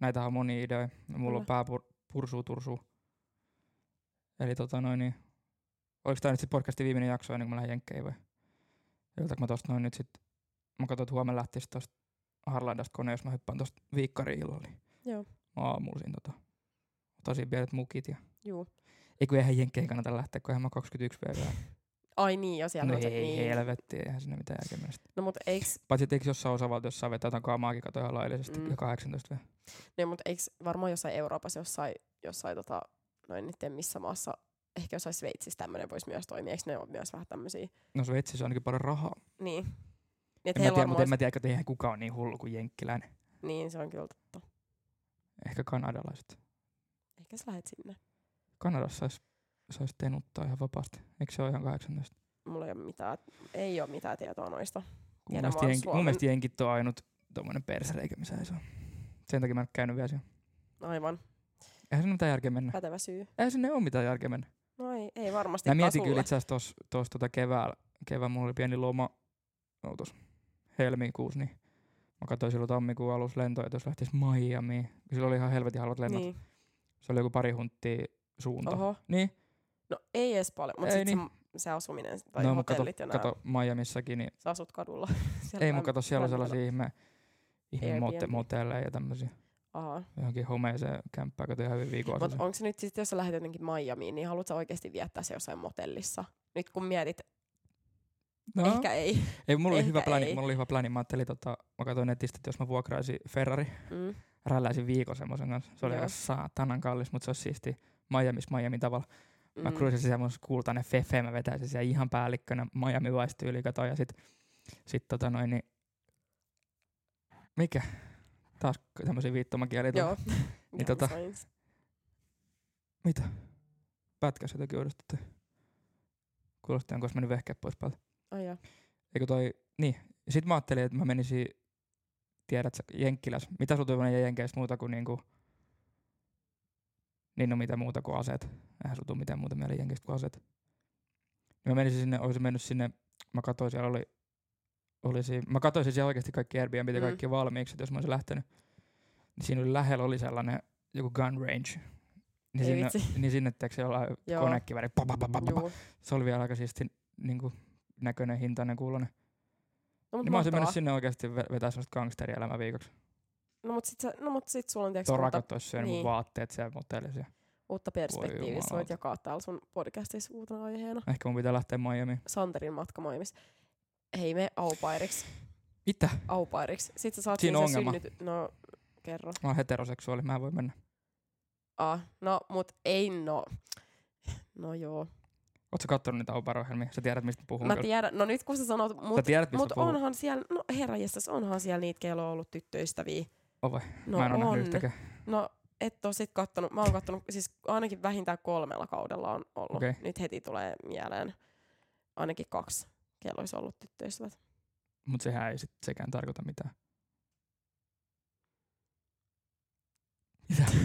Speaker 2: Näitähän on monia ideoja. Mulla on pää pur- pursuu tursuu. Eli tota noin niin. Oliko tää nyt sit podcastin viimeinen jakso ennen kuin mä lähden jenkkeihin vai? Jotakin mä tosta noin nyt sit. Mä katsoin, että huomenna lähtis tosta Harlandasta kone, jos mä hyppään tosta viikkariin illalla. Niin
Speaker 3: Joo,
Speaker 2: mä aamulla siinä tota. Otasin pienet mukit ja.
Speaker 3: juu.
Speaker 2: Ei kun eihän jenkkeihin kannata lähteä, kun eihän mä 21 vielä.
Speaker 3: Ai niin, jos siellä
Speaker 2: no
Speaker 3: on se,
Speaker 2: ei,
Speaker 3: niin.
Speaker 2: helvetti, eihän sinne mitään järkeä mennä.
Speaker 3: No mut eiks,
Speaker 2: Paitsi että eikö jossain osavaltiossa vetää jotain kaamaakin katoja laillisesti
Speaker 3: Mm.
Speaker 2: mm. ja 18 vielä.
Speaker 3: no, mut eiks varmaan jossain Euroopassa, jossain, jossain tota, noin niiden missä maassa, ehkä jossain Sveitsissä tämmönen voisi myös toimia. Eiks ne ole myös vähän tämmösiä?
Speaker 2: No Sveitsissä on ainakin paljon rahaa.
Speaker 3: Niin. Niin, et
Speaker 2: En mä
Speaker 3: heillä
Speaker 2: tiedä,
Speaker 3: varmaan
Speaker 2: mutta en
Speaker 3: olisi,
Speaker 2: mä tiedä, että eihän kukaan ole niin hullu kuin jenkkiläinen.
Speaker 3: niin se on kyllä totta.
Speaker 2: Ehkä kanadalaiset.
Speaker 3: Ehkä sä lähet sinne.
Speaker 2: Kanadassa saisi sais tenuttaa ihan vapaasti. Eikö se ole ihan 18?
Speaker 3: Mulla ei ole mitään, ei ole mitään tietoa noista.
Speaker 2: Kun
Speaker 3: Tiedän
Speaker 2: Mun
Speaker 3: vaan
Speaker 2: mielestä, jenki,
Speaker 3: Suomen-
Speaker 2: mun mielestä jenkit on ainut tommonen persereikä, missä ei saa. Sen takia mä en ole käynyt vielä siellä.
Speaker 3: Aivan.
Speaker 2: Eihän sinne mitään järkeä mennä.
Speaker 3: Pätevä syy.
Speaker 2: Eihän sinne ole mitään järkeä mennä.
Speaker 3: No ei, ei varmasti.
Speaker 2: Mä mietin kyllä itse asiassa tuossa tos, tota keväällä, keväällä mulla oli pieni loma, no tos helmikuussa, niin mä katsoin silloin tammikuun alussa lentoja, että jos lähtis Miamiin, kun silloin oli ihan helvetin halvat lennot. Niin.
Speaker 3: Niin.
Speaker 2: Se oli joku pari hunttia suunta. Oho.
Speaker 3: Oho.
Speaker 2: Niin,
Speaker 3: No ei edes paljon, mutta
Speaker 2: Ei
Speaker 3: sitten niin. se, se asuminen tai no,
Speaker 2: no mut kato,
Speaker 3: hotellit ja nää,
Speaker 2: kato Miamissakin, niin
Speaker 3: sä asut kadulla. <laughs> Siellä
Speaker 2: ei mun
Speaker 3: lämp-
Speaker 2: kato siellä on
Speaker 3: lämpimänä.
Speaker 2: sellaisia ihme, ihme mote-
Speaker 3: Airbnb.
Speaker 2: motelleja ja tämmöisiä.
Speaker 3: Aha.
Speaker 2: Johonkin homeeseen kämppään, kato ihan hyvin viikon
Speaker 3: Mutta
Speaker 2: asuisin.
Speaker 3: onko se nyt sitten, jos sä lähdet jotenkin Miamiin, niin haluatko sä oikeasti viettää se jossain motellissa? Nyt kun mietit,
Speaker 2: No,
Speaker 3: no. ehkä ei.
Speaker 2: ei, mulla oli
Speaker 3: ehkä
Speaker 2: hyvä pläni,
Speaker 3: ei.
Speaker 2: mulla oli hyvä pläni. Mä ajattelin, tota, mä katsoin netistä, että jos mä vuokraisin Ferrari,
Speaker 3: Mm.
Speaker 2: rälläisin viikon semmoisen kanssa. Se oli
Speaker 3: Joo.
Speaker 2: aika saatanan kallis, mutta se olisi siisti Miamis Miami tavalla. Mä
Speaker 3: Mm.
Speaker 2: cruisasin semmoisen kultainen fefe, mä vetäisin siellä ihan päällikkönä Miami Vice tyyli kato ja sit, sit tota noin niin... Mikä? Taas tämmöisiä viittomakieliä tulee.
Speaker 3: Joo.
Speaker 2: <laughs>
Speaker 3: Gun
Speaker 2: tota-
Speaker 3: signs.
Speaker 2: Mitä? Pätkäs jotenkin oudosti. Kuulosti, onko olisi mennyt vehkeä pois päältä.
Speaker 3: Ai joo.
Speaker 2: Eikö toi, niin. Sitten mä ajattelin, että mä menisin, tiedät sä, Jenkkiläs. Mitä sun toivonen ja Jenkeistä muuta kuin niinku, niin no mitä muuta kuin aseet. Eihän sun tuu mitään muuta mieleen Jenkeistä kuin aseet. Niin mä menisin sinne, olisin mennyt sinne, mä katsoin siellä oli, olisi, mä katsoisin siellä oikeasti kaikki Airbnb ja
Speaker 3: Mm.
Speaker 2: kaikki valmiiksi, että jos mä olisin lähtenyt. Niin siinä oli lähellä oli sellainen joku gun range. Niin
Speaker 3: Ei
Speaker 2: sinne,
Speaker 3: vitsi.
Speaker 2: <laughs> niin sinne teeksi jollain
Speaker 3: Joo.
Speaker 2: konekiväri. Pa, pa, pa, pa, pa, pa.
Speaker 3: Juu. No,
Speaker 2: Se oli vielä aika siisti niin kuin, näköinen, hintainen, kuulonen.
Speaker 3: No mut
Speaker 2: Niin mä olisin
Speaker 3: mahtavaa.
Speaker 2: mennyt sinne oikeasti ve- vetää semmoista gangsteriä viikoksi.
Speaker 3: No mut sit, sä, no mut sit sulla on tiiäks uutta,
Speaker 2: Torakot olisi syönyt
Speaker 3: niin.
Speaker 2: mun vaatteet siellä motellissa. ja-
Speaker 3: uutta perspektiiviä. Sä voit
Speaker 2: jumalauta.
Speaker 3: jakaa täällä sun podcastissa uutena aiheena.
Speaker 2: Ehkä mun pitää lähteä Miamiin.
Speaker 3: Santerin matkamaimis. Hei me aupairiksi.
Speaker 2: Mitä?
Speaker 3: aupairiksi. Sitten sä saat
Speaker 2: Siinä on
Speaker 3: sen
Speaker 2: ongelma.
Speaker 3: synnyty... No, kerro.
Speaker 2: Mä oon heteroseksuaali, mä en voi mennä.
Speaker 3: Ah, no, mut ei no. No joo.
Speaker 2: Oot sä kattonut niitä operohjelmia? Sä tiedät mistä mä puhun.
Speaker 3: Mä
Speaker 2: kyllä.
Speaker 3: tiedän, no nyt kun sä sanot,
Speaker 2: Sä
Speaker 3: mut,
Speaker 2: tiedät mistä
Speaker 3: mut
Speaker 2: mä puhun.
Speaker 3: onhan siellä, no herranjestas, onhan siellä niitä, kello on ollut tyttöystäviä.
Speaker 2: On vai?
Speaker 3: No
Speaker 2: mä en oo nähnyt
Speaker 3: on.
Speaker 2: yhtäkään.
Speaker 3: No, et oo sit kattonut, mä oon kattonut, siis ainakin vähintään kolmella kaudella on ollut.
Speaker 2: Okei.
Speaker 3: Nyt heti tulee mieleen ainakin kaksi, kello olisi ollut tyttöystävät.
Speaker 2: Mut sehän ei sit sekään tarkoita mitään. Mitä?
Speaker 3: <laughs>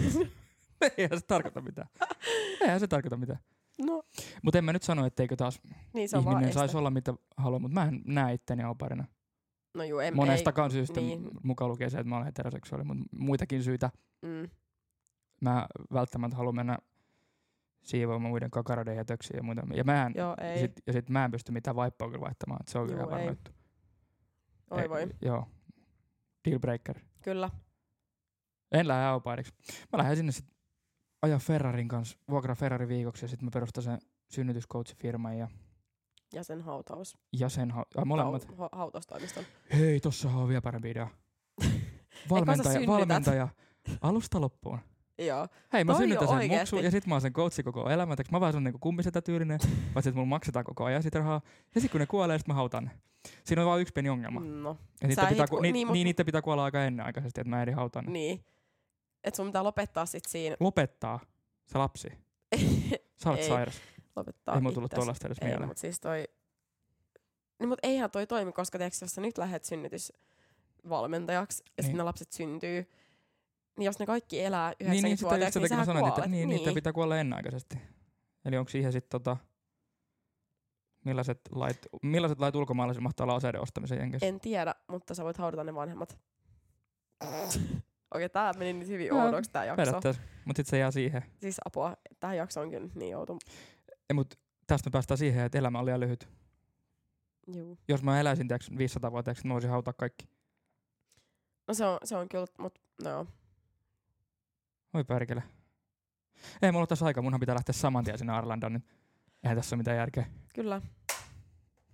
Speaker 2: Eihän se tarkoita mitään. Eihän se tarkoita mitään.
Speaker 3: No,
Speaker 2: Mut en mä nyt sano, etteikö taas
Speaker 3: niin se on vaan
Speaker 2: ihminen
Speaker 3: este.
Speaker 2: saisi olla mitä haluaa, mut mä en näe itteni oparina.
Speaker 3: No juu, em,
Speaker 2: monestakaan syystä,
Speaker 3: niin.
Speaker 2: niin. mukaan lukee se, että mä olen heteroseksuaali, mutta muitakin syitä.
Speaker 3: ei. Mm,
Speaker 2: Mä välttämättä haluan mennä siivoamaan muiden kakaroiden jätöksiä ja muuta. Ja mä en,
Speaker 3: joo, ei.
Speaker 2: sit, ja sit mä en pysty mitään vaippaa kyllä vaihtamaan, että se on kyllä
Speaker 3: Juu,
Speaker 2: varma
Speaker 3: ei.
Speaker 2: juttu.
Speaker 3: Oi
Speaker 2: Ei,
Speaker 3: voi,
Speaker 2: Joo. Deal breaker.
Speaker 3: kyllä.
Speaker 2: En lähde aupairiksi. Mä lähden sinne sit ajaa Ferrarin kanssa, vuokraa Ferrari viikoksi ja sit mä perustan sen synnytyskoutsifirman ja,
Speaker 3: Ja sen hautaus.
Speaker 2: ja sen ha- ai, molemmat.
Speaker 3: Hau, ha- hautaustoimiston.
Speaker 2: Hei, tossahan on vielä parempi
Speaker 3: <laughs>
Speaker 2: idea. Valmentaja,
Speaker 3: synnytät?
Speaker 2: valmentaja. Alusta loppuun.
Speaker 3: Joo.
Speaker 2: Hei, mä
Speaker 3: Toi
Speaker 2: synnytän
Speaker 3: on
Speaker 2: sen
Speaker 3: oikeesti.
Speaker 2: muksu ja sit mä oon sen coachi koko elämän. Teks mä vaan sen niinku kummisetä tyylinen, paitsi että mulla maksetaan koko ajan sit rahaa. Ja sit kun ne kuolee, sit mä hautan ne. Siinä on vaan yksi pieni ongelma.
Speaker 3: No,
Speaker 2: Ja niitä
Speaker 3: Sä
Speaker 2: pitää,
Speaker 3: et
Speaker 2: ku,
Speaker 3: ku-
Speaker 2: ni, niin,
Speaker 3: niin, mut-
Speaker 2: niitä pitää kuolla aika ennenaikaisesti, että mä ehdin hautaan ne.
Speaker 3: niin. että sun pitää lopettaa sit siinä.
Speaker 2: Lopettaa se
Speaker 3: <laughs>
Speaker 2: lapsi. Sä olet
Speaker 3: Ei.
Speaker 2: sairas.
Speaker 3: Lopettaa
Speaker 2: Ei mulla tullut
Speaker 3: itses.
Speaker 2: tuollaista edes
Speaker 3: Ei,
Speaker 2: mieleen.
Speaker 3: mutta siis toi... Niin, mutta eihän toi toimi, koska tiiäks, jos sä nyt lähet synnytysvalmentajaksi ja niin.
Speaker 2: Niin.
Speaker 3: sitten ne lapset syntyy, niin jos ne kaikki elää
Speaker 2: Niin, niin, sitä just
Speaker 3: 90-vuotiaaksi,
Speaker 2: sen takia
Speaker 3: niin,
Speaker 2: mä sanoin,
Speaker 3: niin, niin,
Speaker 2: että niin, niin. niitä pitää kuolla ennenaikaisesti. Eli onko siihen sitten tota, millaiset lait, millaiset lait ulkomaalaisilla mahtaa olla aseiden ostamisen jenkeissä?
Speaker 3: En tiedä, mutta sä voit haudata ne vanhemmat. Okei, tää meni nyt hyvin
Speaker 2: Joo,
Speaker 3: oudoksi tää jakso.
Speaker 2: Periaatteessa, mutta sitten se jää siihen.
Speaker 3: Siis apua, tää jakso on kyllä niin outo.
Speaker 2: Ja, mut tästä me päästään siihen, että elämä on liian lyhyt.
Speaker 3: Juu.
Speaker 2: Jos mä eläisin 500-vuotiaaksi, mä voisin hautaa kaikki.
Speaker 3: No se on, se on kyllä, mut no joo.
Speaker 2: Oi perkele. Ei mulla ole tässä aikaa, munhan pitää lähteä saman tien sinne Arlandaan, niin eihän tässä ole mitään järkeä.
Speaker 3: kyllä.